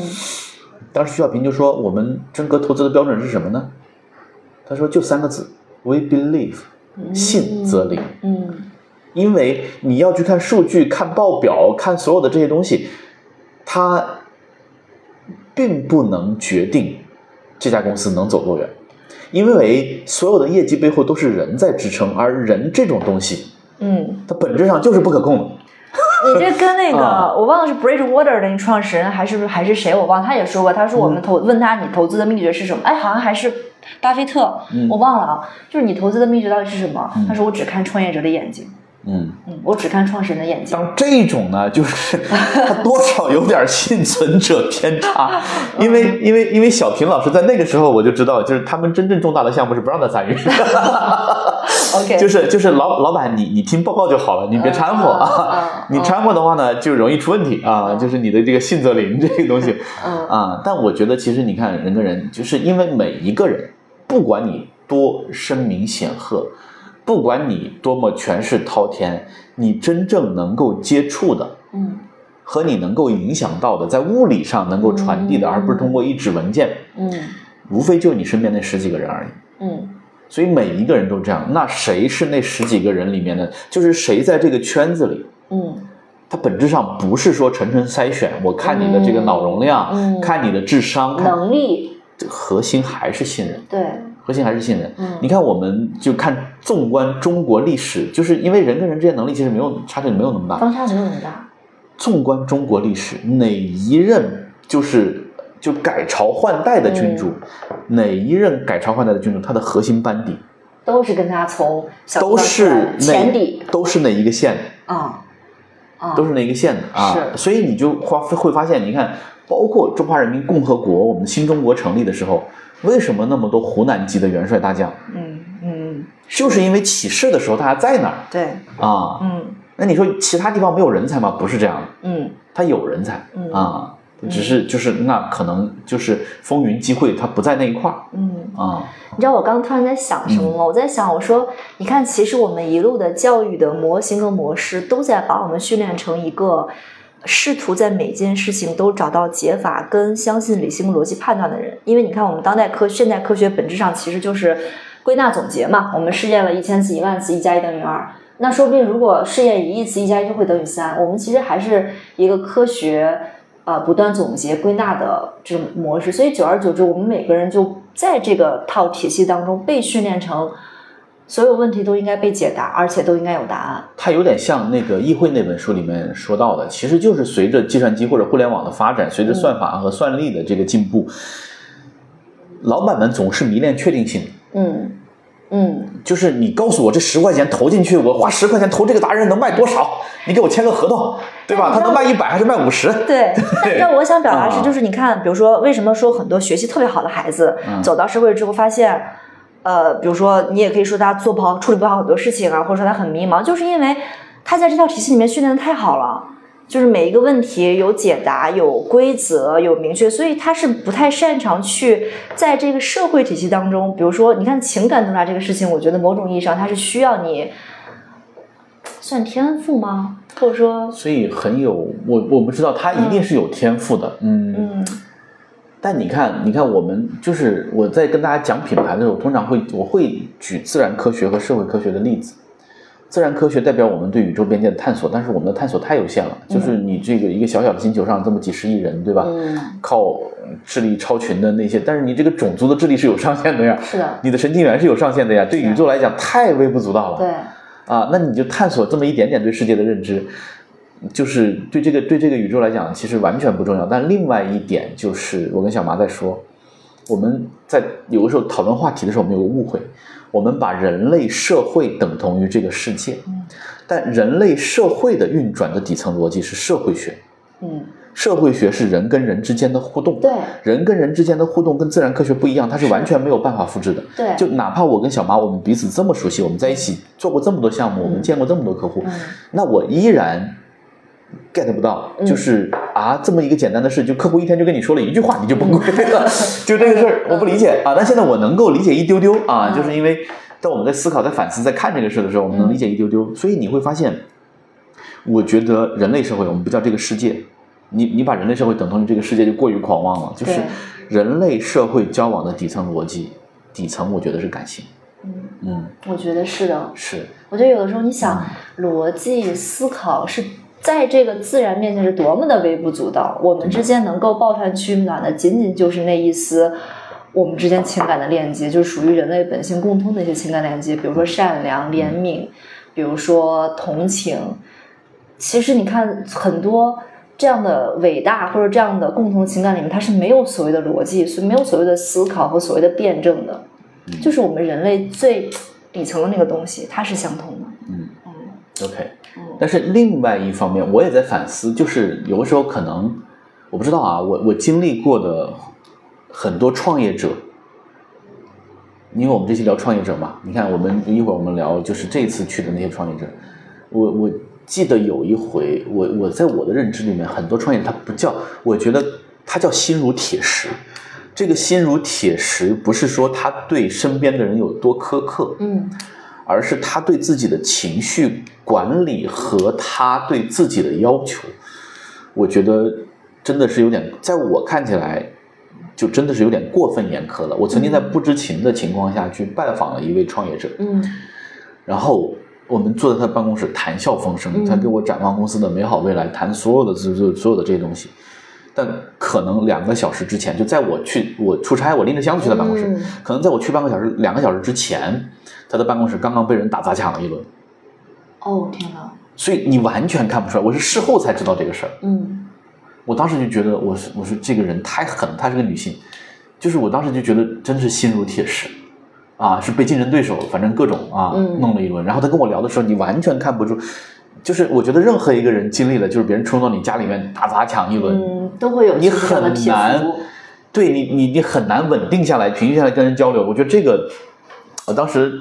Speaker 3: 当时徐小平就说：“我们真格投资的标准是什么呢？”他说：“就三个字，We believe，
Speaker 2: 嗯
Speaker 3: 信则灵。
Speaker 2: 嗯
Speaker 3: 因为你要去看数据、看报表、看所有的这些东西，它并不能决定这家公司能走多远，因为所有的业绩背后都是人在支撑，而人这种东西，
Speaker 2: 嗯。
Speaker 3: 它本质上就是不可控的。
Speaker 2: 你这跟那个、
Speaker 3: 啊
Speaker 2: 我忘了是 Bridgewater 的那创始人还是还是谁，我忘了，他也说过，他说我
Speaker 3: 嗯
Speaker 2: 们投、问他你投资的秘诀是什么？哎，好像还是巴菲特，
Speaker 3: 嗯
Speaker 2: 我忘了啊，就是你投资的秘诀到底是什么？他说我只看创业者的眼睛，
Speaker 3: 嗯，
Speaker 2: 嗯，我只看创始人的眼睛。
Speaker 3: 当这种呢，就是他多少有点幸存者偏差，因为因为因为小平老师在那个时候我就知道，就是他们真正重大的项目是不让他参与的，
Speaker 2: OK，
Speaker 3: 就是就是老老板你你听报告就好了，你别掺和啊
Speaker 2: 嗯嗯，嗯
Speaker 3: <laughs> 你掺和的话呢就容易出问题啊，
Speaker 2: 嗯
Speaker 3: 就是你的这个信则灵这个东西
Speaker 2: 嗯
Speaker 3: 啊，但我觉得其实你看人跟人，就是因为每一个人，不管你多声名显赫，不管你多么权势滔天，你真正能够接触的，
Speaker 2: 嗯
Speaker 3: 和你能够影响到的，在物理上能够传递的，
Speaker 2: 嗯
Speaker 3: 而不是通过一纸文件，
Speaker 2: 嗯
Speaker 3: 无非就你身边那十几个人而已。 <laughs>
Speaker 2: 嗯
Speaker 3: 所以每一个人都这样，那谁是那十几个人里面的？就是谁在这个圈子里，
Speaker 2: 嗯
Speaker 3: 它本质上不是说层层筛选，我看你的这个脑容量，
Speaker 2: 嗯嗯
Speaker 3: 看你的智商，看
Speaker 2: 能力
Speaker 3: 核心还是信任，
Speaker 2: 对，
Speaker 3: 核心还是信任。
Speaker 2: 嗯
Speaker 3: 你看，我们就看纵观中国历史，就是因为人跟人之间能力其实没有差距，没有那么
Speaker 2: 嗯
Speaker 3: 大。
Speaker 2: 方差没有那么大。
Speaker 3: 纵观中国历史，哪一任就是就改朝换代的君主，
Speaker 2: 嗯
Speaker 3: 哪一任改朝换代的君主，他的核心班底
Speaker 2: 都是跟他从小
Speaker 3: 都是
Speaker 2: 到大
Speaker 3: 那
Speaker 2: 前底
Speaker 3: 都是那一个县的。
Speaker 2: 啊啊，
Speaker 3: 都是那个县的啊，
Speaker 2: 是
Speaker 3: 所以你就发会发现，你看，包括中华人民共和国，我们新中国成立的时候，为什么那么多湖南籍的元帅大将？
Speaker 2: 嗯嗯，
Speaker 3: 就是因为起事的时候大家在那儿
Speaker 2: 对，
Speaker 3: 啊。
Speaker 2: 嗯
Speaker 3: 那你说其他地方没有人才吗？不是这样的，
Speaker 2: 嗯
Speaker 3: 他有人才
Speaker 2: 嗯
Speaker 3: 啊，只是就是那可能就是风云际会，他不在那一块儿
Speaker 2: 嗯。
Speaker 3: 啊。嗯
Speaker 2: 你知道我刚突然在想什么吗？我在想，我说，你看，其实我们一路的教育的模型和模式，都在把我们训练成一个试图在每件事情都找到解法跟相信理性逻辑判断的人。因为你看，我们当代科现代科学本质上其实就是归纳总结嘛。我们试验了一千次、一万次，一加一等于二。那说不定如果试验一亿次，一加一就会等于三。我们其实还是一个科学。呃不断总结归纳的这种模式，所以久而久之，我们每个人就在这个套体系当中被训练成，所有问题都应该被解答，而且都应该有答案。
Speaker 3: 它有点像那个议会那本书里面说到的，其实就是随着计算机或者互联网的发展，随着算法和算力的这个进步，老板们总是迷恋确定性，
Speaker 2: 嗯嗯，
Speaker 3: 就是你告诉我这十块钱投进去，我花十块钱投这个达人能卖多少？你给我签个合同，对吧？
Speaker 2: 但你
Speaker 3: 他
Speaker 2: 知道
Speaker 3: 能卖一百还是卖五十？ <laughs>
Speaker 2: 对，但但我想表达是，
Speaker 3: 啊
Speaker 2: 就是你看，比如说，为什么说很多学习特别好的孩子、
Speaker 3: 嗯
Speaker 2: 走到社会之后，发现，呃，比如说你也可以说他做不好、处理不好很多事情啊，或者说他很迷茫，就是因为他在这套体系里面训练的太好了，就是每一个问题有解答、有规则、有明确，所以他是不太擅长去在这个社会体系当中，比如说，你看情感洞察这个事情，我觉得某种意义上它是需要你算天赋吗？或者说，
Speaker 3: 所以很有我我们知道他一定是有天赋的，嗯。
Speaker 2: 嗯
Speaker 3: 但你看，你看，我们就是我在跟大家讲品牌的时候，通常会我会举自然科学和社会科学的例子。自然科学代表我们对宇宙边界的探索，但是我们的探索太有限了。就是你这个一个小小的星球上这么几十亿人，对吧？
Speaker 2: 嗯，
Speaker 3: 靠智力超群的那些，但是你这个种族的智力是有上限的呀，
Speaker 2: 是的，
Speaker 3: 你的神经元是有上限的呀，对宇宙来讲太微不足道了。
Speaker 2: 对。
Speaker 3: 啊，那你就探索这么一点点对世界的认知，就是对这个对这个宇宙来讲，其实完全不重要。但另外一点就是，我跟小麻在说，我们在有的时候讨论话题的时候，我们有个误会，我们把人类社会等同于这个世界，但人类社会的运转的底层逻辑是社会学，
Speaker 2: 嗯，
Speaker 3: 社会学是人跟人之间的互动，
Speaker 2: 对
Speaker 3: 人跟人之间的互动跟自然科学不一样，它是完全没有办法复制的。
Speaker 2: 对
Speaker 3: 就哪怕我跟小马，我们彼此这么熟悉，我们在一起做过这么多项目，我们见过这么多客户，
Speaker 2: 嗯
Speaker 3: 那我依然 get 不到，
Speaker 2: 嗯
Speaker 3: 就是啊，这么一个简单的事，就客户一天就跟你说了一句话，你就崩溃
Speaker 2: <laughs>
Speaker 3: 了，就这个事儿我不理解啊。但现在我能够理解一丢丢啊，
Speaker 2: 嗯
Speaker 3: 就是因为当我们在思考、在反思、在看这个事的时候，我们能理解一丢丢，所以你会发现。我觉得人类社会，我们不叫这个世界，你你把人类社会等同于这个世界就过于狂妄了。就是
Speaker 2: 对
Speaker 3: 人类社会交往的底层逻辑，底层我觉得是感性。
Speaker 2: 嗯
Speaker 3: 嗯，
Speaker 2: 我觉得是的。
Speaker 3: 是
Speaker 2: 我觉得有的时候你想逻辑思考是在这个自然面前是多么的微不足道，我们之间能够抱团取暖的，仅仅就是那一丝。我们之间情感的链接，就是属于人类本性共通的一些情感链接，比如说善良、怜悯，比如说同情。其实你看，很多这样的伟大或者这样的共同情感里面，它是没有所谓的逻辑，是没有所谓的思考和所谓的辩证的。
Speaker 3: 嗯
Speaker 2: 就是我们人类最底层的那个东西，它是相通的。
Speaker 3: 嗯 OK
Speaker 2: 嗯。
Speaker 3: 但是另外一方面，我也在反思，就是有的时候可能我不知道啊，我我经历过的很多创业者。因为我们这期聊创业者嘛，你看我们一会儿我们聊就是这次去的那些创业者，我我记得有一回，我我在我的认知里面，很多创业者他不叫，我觉得他叫心如铁石。这个心如铁石，不是说他对身边的人有多苛刻，
Speaker 2: 嗯
Speaker 3: 而是他对自己的情绪管理和他对自己的要求，我觉得真的是有点，在我看起来，就真的是有点过分严苛了。我曾经在不知情的情况下去拜访了一位创业者，
Speaker 2: 嗯
Speaker 3: 然后我们坐在他办公室谈笑风生，
Speaker 2: 嗯
Speaker 3: 他给我展望公司的美好未来，谈所有的所所所有的这些东西。但可能两个小时之前，就在我去我出差，我拎着箱子去他办公室，
Speaker 2: 嗯
Speaker 3: 可能在我去半个小时、两个小时之前，他的办公室刚刚被人打砸抢了一轮，
Speaker 2: 哦天哪，
Speaker 3: 所以你完全看不出来。我是事后才知道这个事儿，
Speaker 2: 嗯
Speaker 3: 我当时就觉得我是我是这个人太狠了，她是个女性，就是我当时就觉得真是心如铁石。啊，是被竞争对手，反正各种啊，
Speaker 2: 嗯
Speaker 3: 弄了一轮。然后他跟我聊的时候，你完全看不出，就是我觉得任何一个人经历了，就是别人冲到你家里面大砸抢一轮，
Speaker 2: 嗯，都会有
Speaker 3: 你
Speaker 2: 这样的
Speaker 3: 很
Speaker 2: 皮
Speaker 3: 难
Speaker 2: 肤，，
Speaker 3: 对你你你很难稳定下来，平静下来跟人交流。我觉得这个，我当时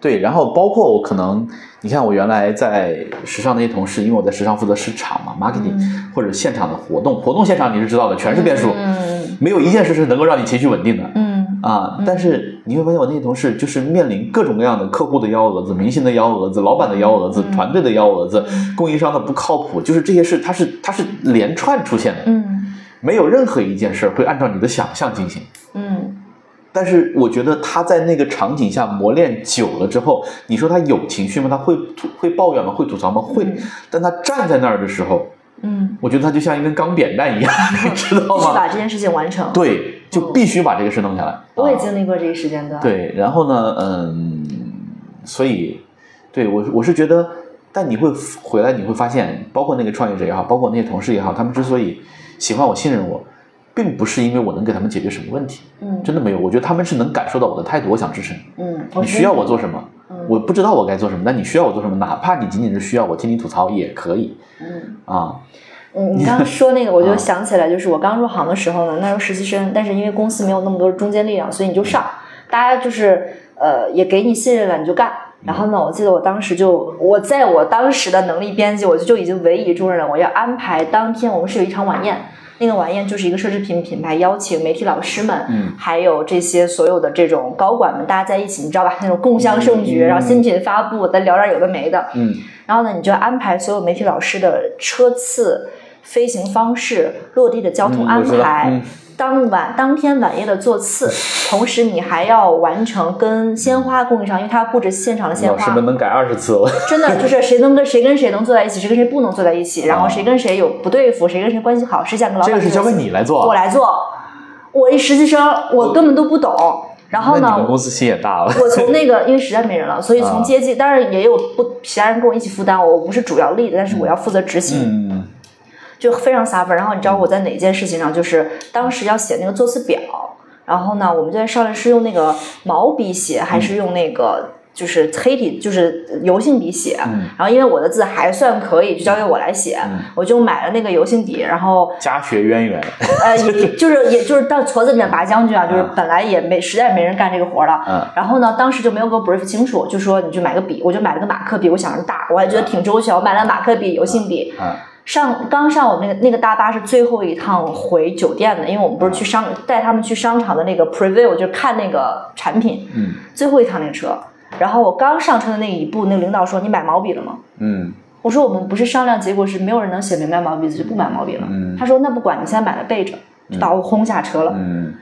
Speaker 3: 对，然后包括我可能，你看我原来在时尚那些同事，因为我在时尚负责市场嘛，marketing、
Speaker 2: 嗯
Speaker 3: 或者现场的活动，活动现场你是知道的，全是变数，
Speaker 2: 嗯
Speaker 3: 没有一件事是能够让你情绪稳定的。
Speaker 2: 嗯
Speaker 3: 啊
Speaker 2: 嗯，
Speaker 3: 但是你会发现，我那些同事就是面临各种各样的客户的幺蛾子、明星的幺蛾子、老板的幺蛾子、
Speaker 2: 嗯
Speaker 3: 团队的幺蛾子、
Speaker 2: 嗯
Speaker 3: 供应商的不靠谱，就是这些事，它是它是连串出现的，
Speaker 2: 嗯
Speaker 3: 没有任何一件事会按照你的想象进行。
Speaker 2: 嗯
Speaker 3: 但是我觉得他在那个场景下磨练久了之后，你说他有情绪吗？他会吐会抱怨吗？会吐槽吗？会
Speaker 2: 嗯。
Speaker 3: 但他站在那儿的时候，
Speaker 2: 嗯，
Speaker 3: 我觉得他就像一根钢扁担一样， <laughs> 你知道
Speaker 2: 必须把
Speaker 3: 吗？
Speaker 2: 这件事情完成。，
Speaker 3: 对，就必须把这个事弄下来。
Speaker 2: 我也
Speaker 3: 啊
Speaker 2: 经历过这个时间段。，
Speaker 3: 对，然后呢，嗯，所以，对我是我是觉得，但你会回来，你会发现，包括那个创业者也好，包括那些同事也好，他们之所以喜欢我、信任我，并不是因为我能给他们解决什么问题，
Speaker 2: 嗯，
Speaker 3: 真的没有。我觉得他们是能感受到我的态度，我想支持你，
Speaker 2: 嗯，
Speaker 3: 你需要我做什么
Speaker 2: 嗯，
Speaker 3: 我不知道我该做什么，但你需要我做什么，哪怕你仅仅是需要我听你吐槽也可以
Speaker 2: 嗯。
Speaker 3: 啊。
Speaker 2: 嗯，你刚
Speaker 3: <laughs>
Speaker 2: 刚说那个，我就
Speaker 3: 啊
Speaker 2: 想起来，就是我刚入行的时候呢，那时候实习生，但是因为公司没有那么多中坚力量，所以你就上，大家就是呃也给你信任了，你就干。
Speaker 3: 嗯
Speaker 2: 然后呢，我记得我当时就我在我当时的能力边际，我就就已经委以重任了，我要安排当天我们是有一场晚宴。那个晚宴就是一个奢侈品品牌邀请媒体老师们，
Speaker 3: 嗯
Speaker 2: 还有这些所有的这种高管们，大家在一起，你知道吧？那种共襄盛举，
Speaker 3: 嗯
Speaker 2: 然后新品发布，再聊点有的没的，
Speaker 3: 嗯
Speaker 2: 然后呢，你就安排所有媒体老师的车次、飞行方式、落地的交通
Speaker 3: 嗯
Speaker 2: 安
Speaker 3: 我知道
Speaker 2: 排、
Speaker 3: 嗯
Speaker 2: 当晚当天晚夜的座次，同时你还要完成跟鲜花供应商，因为他要布置现场的鲜
Speaker 3: 老师
Speaker 2: 花
Speaker 3: 们，能改二十次了，
Speaker 2: 真的就是谁能跟谁跟谁能坐在一起，谁跟谁不能坐在一起，然后谁跟谁有不对付，谁跟谁关系好，谁想跟老
Speaker 3: 啊这
Speaker 2: 板
Speaker 3: 个是交给
Speaker 2: 谁
Speaker 3: 你来做啊。
Speaker 2: 我来做，我一实习生，我根本都不懂。然后
Speaker 3: 那
Speaker 2: 呢
Speaker 3: 你，们公司心也大了。 <laughs>
Speaker 2: 我从那个，因为实在没人了，所以从接济，当然也有不其他人跟我一起负担，我不是主要力的，但是我要负责执行，
Speaker 3: 嗯
Speaker 2: 就非常 suffer。然后你知道我在哪件事情上，就是当时要写那个座次表，然后呢，我们就在商量是用那个毛笔写还是用那个。就是黑体，就是油性笔写，
Speaker 3: 嗯
Speaker 2: 然后因为我的字还算可以，就交给我来写，
Speaker 3: 嗯
Speaker 2: 我就买了那个油性笔，然后
Speaker 3: 家学渊源。
Speaker 2: 呃，也就是也就是到矬子里面拔将军啊，就是
Speaker 3: 嗯
Speaker 2: 本来也没实在没人干这个活儿了，
Speaker 3: 嗯
Speaker 2: 然后呢，当时就没有给我 brief 清楚，就说你去买个笔，我就买了个马克笔，我想着大，我还觉得挺周全，我买了马克笔、油性笔。
Speaker 3: 啊。
Speaker 2: 上刚上我们那个那个大巴是最后一趟回酒店的，因为我们不是去商带他们去商场的那个 preview，就是看那个产品，
Speaker 3: 嗯
Speaker 2: 最后一趟那个车。然后我刚上车的那一步，那个领导说：“你买毛笔了吗？”
Speaker 3: 嗯
Speaker 2: 我说我们不是商量，结果是没有人能写明白毛笔字，就不买毛笔了。
Speaker 3: 嗯
Speaker 2: 他说那不管，你现在买了备着，就把我轰下车了。
Speaker 3: 嗯，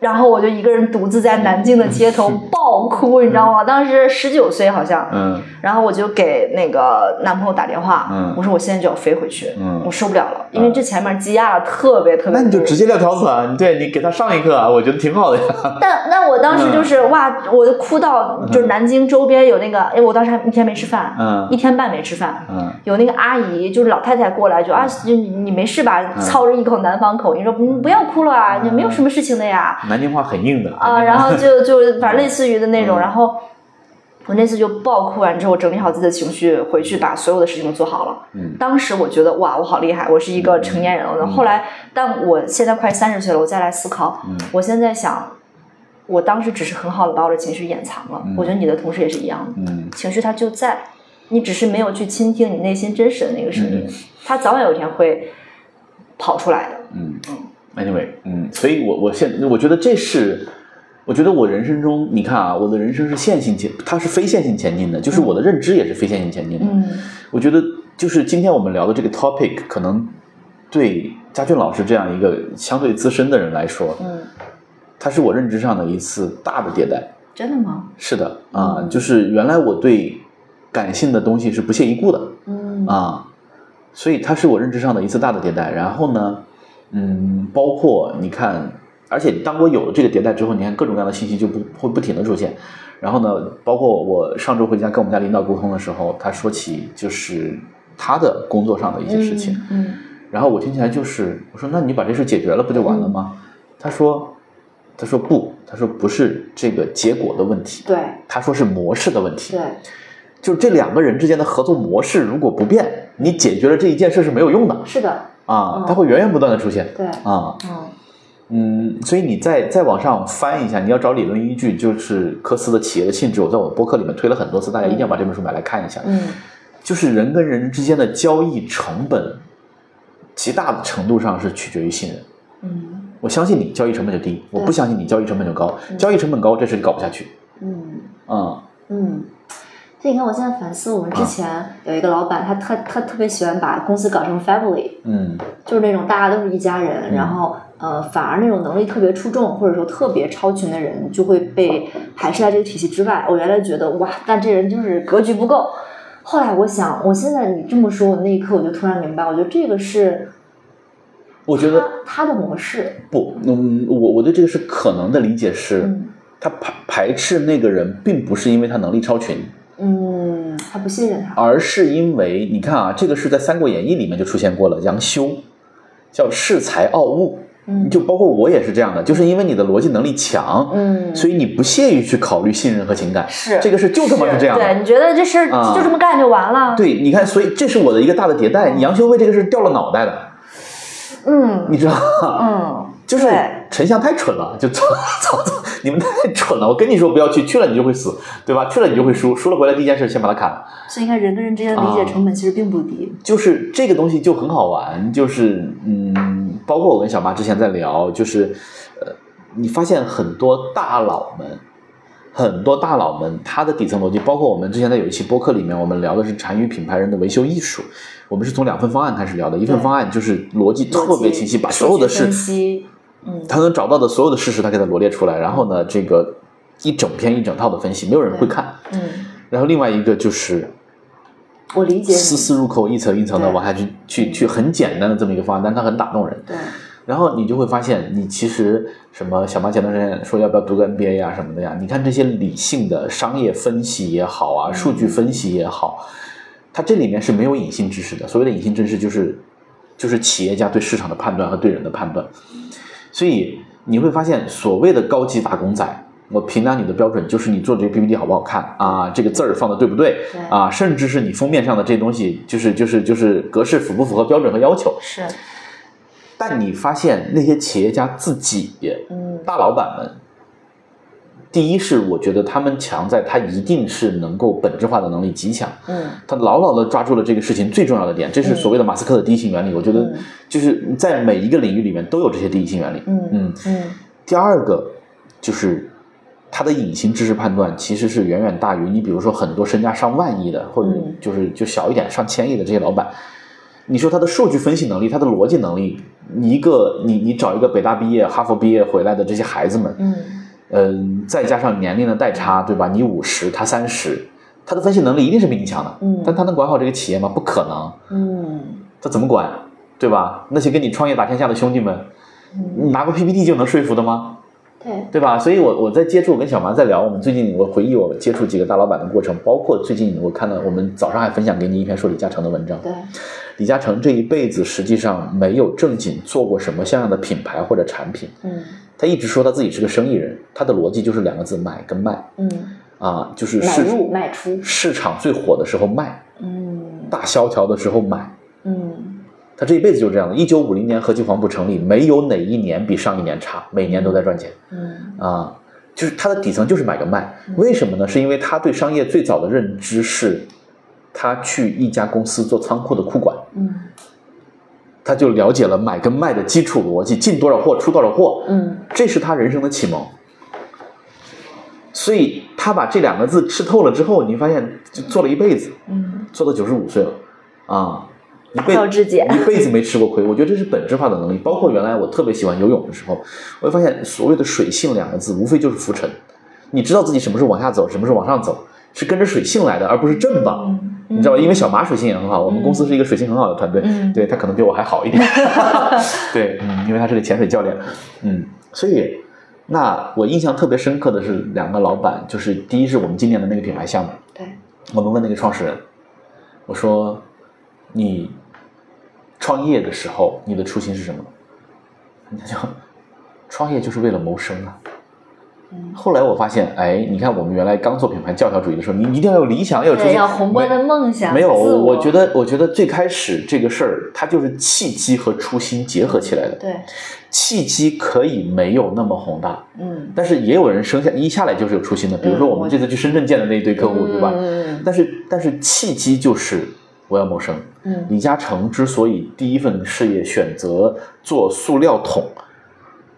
Speaker 2: 然后我就一个人独自在南京的街
Speaker 3: <laughs>
Speaker 2: 头暴哭，你知道吗？当时十九岁好像。
Speaker 3: 嗯
Speaker 2: 然后我就给那个男朋友打电话，
Speaker 3: 嗯
Speaker 2: 我说我现在就要飞回去，
Speaker 3: 嗯
Speaker 2: 我受不了了，因为这前面积压了特别特别。
Speaker 3: 那你就直接撂挑子啊！你对你给他上一课啊，我觉得挺好的呀。
Speaker 2: 但那我当时就是、
Speaker 3: 嗯
Speaker 2: 哇，我就哭到就是南京周边有那个，哎，我当时还一天没吃饭，
Speaker 3: <laughs> 嗯
Speaker 2: 一天半没吃饭，
Speaker 3: 嗯
Speaker 2: 有那个阿姨，就是老太太过来就啊，你你没事
Speaker 3: 嗯
Speaker 2: 吧？操着一口南方口音说嗯不要哭了啊，你没有什么事情的呀
Speaker 3: 南京话很硬的
Speaker 2: 啊，然后就就反正类似于的那种，
Speaker 3: 嗯
Speaker 2: 然后我那次就暴哭完之后，整理好自己的情绪，回去把所有的事情都做好了。
Speaker 3: 嗯
Speaker 2: 当时我觉得哇，我好厉害，我是一个成年人了。后来，但我现在快三十岁了，我再来思考，
Speaker 3: 嗯
Speaker 2: 我现在想，我当时只是很好的把我的情绪掩藏了。
Speaker 3: 嗯
Speaker 2: 我觉得你的同事也是一样的。
Speaker 3: 嗯
Speaker 2: 情绪它就在，你只是没有去倾听你内心真实的那个声音，
Speaker 3: 嗯
Speaker 2: 它早晚有一天会跑出来的。
Speaker 3: 嗯，anyway，嗯，所以我我现我觉得这是，我觉得我人生中，你看啊，我的人生是线性前，它是非线性前进的，就是我的认知也是非线性前进的。
Speaker 2: 嗯
Speaker 3: 我觉得就是今天我们聊的这个 topic，可能对家俊老师这样一个相对资深的人来说，
Speaker 2: 嗯，
Speaker 3: 它是我认知上的一次大的迭代。
Speaker 2: 真的吗？
Speaker 3: 是的啊、
Speaker 2: 嗯
Speaker 3: 就是原来我对感性的东西是不屑一顾的
Speaker 2: 嗯
Speaker 3: 啊、所以它是我认知上的一次大的迭代。然后呢，嗯，包括你看，而且当我有了这个迭代之后，你看各种各样的信息就不会不停的出现。然后呢，包括我上周回家跟我们家领导沟通的时候，他说起就是他的工作上的一些事情，
Speaker 2: 嗯
Speaker 3: 然后我听起来就是我说那你把这事解决了不就完了吗？他说他说不，他说不是这个结果的问题，
Speaker 2: 对
Speaker 3: 他说是模式的问题。
Speaker 2: 对
Speaker 3: 就是这两个人之间的合作模式如果不变，你解决了这一件事是没有用的
Speaker 2: 是的，
Speaker 3: 啊
Speaker 2: 嗯，
Speaker 3: 它会源源不断的出现
Speaker 2: 对，
Speaker 3: 啊，
Speaker 2: 嗯
Speaker 3: 嗯，所以你再再往上翻一下，你要找理论依据，就是科斯的《企业的性质》，我在我博客里面推了很多次，大家一定要把这本书买来看一下。
Speaker 2: 嗯
Speaker 3: 就是人跟人之间的交易成本，极大的程度上是取决于信任。
Speaker 2: 嗯
Speaker 3: 我相信你，交易成本就低；我不相信你，交易成本就高。交易成本高，这事就搞不下去。
Speaker 2: 嗯
Speaker 3: 嗯，
Speaker 2: 嗯。所以你看，我现在反思，我们之前有一个老板，他他他特别喜欢把公司搞成 family，
Speaker 3: 嗯
Speaker 2: 就是那种大家都是一家人，
Speaker 3: 嗯
Speaker 2: 然后呃，反而那种能力特别出众或者说特别超群的人就会被
Speaker 3: 嗯
Speaker 2: 排斥在这个体系之外。我原来觉得哇，但这人就是格局不够。后来我想，我现在你这么说，我那一刻我就突然明白，我觉得这个是
Speaker 3: 我觉得
Speaker 2: 他他的模式，
Speaker 3: 不，嗯，我我对这个是可能的理解是，
Speaker 2: 嗯
Speaker 3: 他排排斥那个人，并不是因为他能力超群，
Speaker 2: 嗯，他不信任他，
Speaker 3: 而是因为你看啊，这个是在《三国演义》里面就出现过了，杨修叫恃才傲物，
Speaker 2: 嗯
Speaker 3: 就包括我也是这样的，就是因为你的逻辑能力强，
Speaker 2: 嗯
Speaker 3: 所以你不屑于去考虑信任和情感，
Speaker 2: 是
Speaker 3: 这个是就这么是这样的。
Speaker 2: 对，你觉得这事儿
Speaker 3: 啊
Speaker 2: 就这么干就完了？
Speaker 3: 对，你看，所以这是我的一个大的迭代。杨修为这个事掉了脑袋的，
Speaker 2: 嗯
Speaker 3: 你知道吗？
Speaker 2: 嗯，
Speaker 3: 就是
Speaker 2: 对
Speaker 3: 丞相太蠢了，就操操操，你们太蠢了！我跟你说不要去，去了你就会死，对吧？去了你就会输，输了回来第一件事先把他砍了。
Speaker 2: 所以你看，人跟人之间的理
Speaker 3: 啊
Speaker 2: 解成本其实并不低。
Speaker 3: 就是嗯这个东西就很好玩，就是嗯，包括我跟小妈之前在聊，就是呃，你发现很多大佬们，很多大佬们他的底层逻辑，包括我们之前在有一期播客里面，我们聊的是禅语品牌人的维修艺术，我们是从两份方案开始聊的，一份
Speaker 2: 对
Speaker 3: 方案就是逻辑特别清晰，把所有的 <laughs> 事
Speaker 2: 分析，嗯
Speaker 3: 他能找到的所有的事实，他给它罗列出来，然后呢，这个一整篇一整套的分析，没有人会
Speaker 2: 对
Speaker 3: 看。
Speaker 2: 嗯，
Speaker 3: 然后另外一个就是
Speaker 2: 我理解
Speaker 3: 丝
Speaker 2: 你，
Speaker 3: 丝入扣，一层一层的
Speaker 2: 对
Speaker 3: 往下去去去很简单的这么一个方案，但它很打动人。
Speaker 2: 对，
Speaker 3: 然后你就会发现，你其实什么小马前段时间说要不要读个 MBA 呀、啊什么的呀，你看这些理性的商业分析也好啊，数据分析也好，它这里面是没有隐性知识的。所谓的隐性知识就是就是企业家对市场的判断和对人的判断。所以你会发现，所谓的高级打工仔，我评量你的标准就是你做的这个 PPT 好不好看啊，这个字儿放的对不对
Speaker 2: 对
Speaker 3: 啊，甚至是你封面上的这东西，就是就是就是格式符不符合标准和要求。
Speaker 2: 是，
Speaker 3: 但你发现那些企业家自己，
Speaker 2: 嗯
Speaker 3: 大老板们，第一是我觉得他们强在他一定是能够本质化的能力极强，
Speaker 2: 嗯
Speaker 3: 他牢牢的抓住了这个事情最重要的点，这是所谓的马斯克的第一性原理。我觉得
Speaker 2: 嗯
Speaker 3: 就是在每一个领域里面都有这些第一性原理。
Speaker 2: 嗯
Speaker 3: 嗯，
Speaker 2: 嗯，
Speaker 3: 第二个就是他的隐形知识判断其实是远远大于你，比如说很多身家上万亿的，或者
Speaker 2: 嗯
Speaker 3: 就是就小一点上千亿的这些老板，你说他的数据分析能力，他的逻辑能力，你一个你你找一个北大毕业、哈佛毕业回来的这些孩子们，
Speaker 2: 嗯
Speaker 3: 嗯、再加上年龄的代差，对吧？你五十，他三十。他的分析能力一定是比你强的，
Speaker 2: 嗯
Speaker 3: 但他能管好这个企业吗？不可能，
Speaker 2: 嗯
Speaker 3: 他怎么管，对吧？那些跟你创业打天下的兄弟们，
Speaker 2: 嗯，
Speaker 3: 你拿个 PPT 就能说服的吗？
Speaker 2: 对，
Speaker 3: 对吧？所以我我在接触我跟小麻在聊，我们最近我回忆我接触几个大老板的过程，包括最近我看到我们早上还分享给你一篇说李嘉诚的文章。
Speaker 2: 对，
Speaker 3: 李嘉诚这一辈子实际上没有正经做过什么像样的品牌或者产品，
Speaker 2: 嗯
Speaker 3: 他一直说他自己是个生意人，他的逻辑就是两个字：买跟卖
Speaker 2: 嗯，
Speaker 3: 啊，就是
Speaker 2: 买
Speaker 3: 市
Speaker 2: 入卖出，
Speaker 3: 市场最火的时候卖，
Speaker 2: 嗯
Speaker 3: 大萧条的时候买。
Speaker 2: 嗯
Speaker 3: 他这一辈子就是这样的。一九五零年和记黄埔成立，没有哪一年比上一年差，每年都在赚钱。
Speaker 2: 嗯
Speaker 3: 啊，就是它的底层就是买跟卖，为什么呢？是因为他对商业最早的认知是，他去一家公司做仓库的库管，
Speaker 2: 嗯
Speaker 3: 他就了解了买跟卖的基础逻辑，进多少货出多少货，
Speaker 2: 嗯
Speaker 3: 这是他人生的启蒙。所以他把这两个字吃透了之后，你发现就做了一辈子，
Speaker 2: 嗯，
Speaker 3: 做到九十五岁了，啊，一辈
Speaker 2: 到至简
Speaker 3: 一辈子没吃过亏。我觉得这是本质化的能力。包括原来我特别喜欢游泳的时候，我就发现所谓的水性两个字，无非就是浮沉。你知道自己什么时候往下走，什么时候往上走，是跟着水性来的，而不是正吧。
Speaker 2: 嗯
Speaker 3: 你知道吧？因为小马水性也很好，我们公司是一个水性很好的团队，
Speaker 2: 嗯
Speaker 3: 对他可能比我还好一
Speaker 2: <laughs>
Speaker 3: 点。对，嗯，因为他是个潜水教练，嗯，所以那我印象特别深刻的是两个老板，就是第一是我们今年的那个品牌项目，
Speaker 2: 对，
Speaker 3: 我们问那个创始人，我说你创业的时候，你的初心是什么？他就创业就是为了谋生啊。
Speaker 2: 嗯
Speaker 3: 后来我发现，哎，你看我们原来刚做品牌教条主义的时候，你一定要有理想，要有初
Speaker 2: 对，
Speaker 3: 心，
Speaker 2: 要宏观的梦想，
Speaker 3: 没有，
Speaker 2: 自我
Speaker 3: 我觉得，我觉得最开始这个事儿，它就是契机和初心结合起来的。
Speaker 2: 对，
Speaker 3: 契机可以没有那么宏大，
Speaker 2: 嗯，
Speaker 3: 但是也有人生下一下来就是有初心的。比如说
Speaker 2: 嗯
Speaker 3: 我
Speaker 2: 我
Speaker 3: 们这次去深圳见的那一堆客户，对吧？
Speaker 2: 嗯
Speaker 3: 但是但是契机就是我要谋生。
Speaker 2: 嗯
Speaker 3: 李嘉诚之所以第一份事业选择做塑料桶，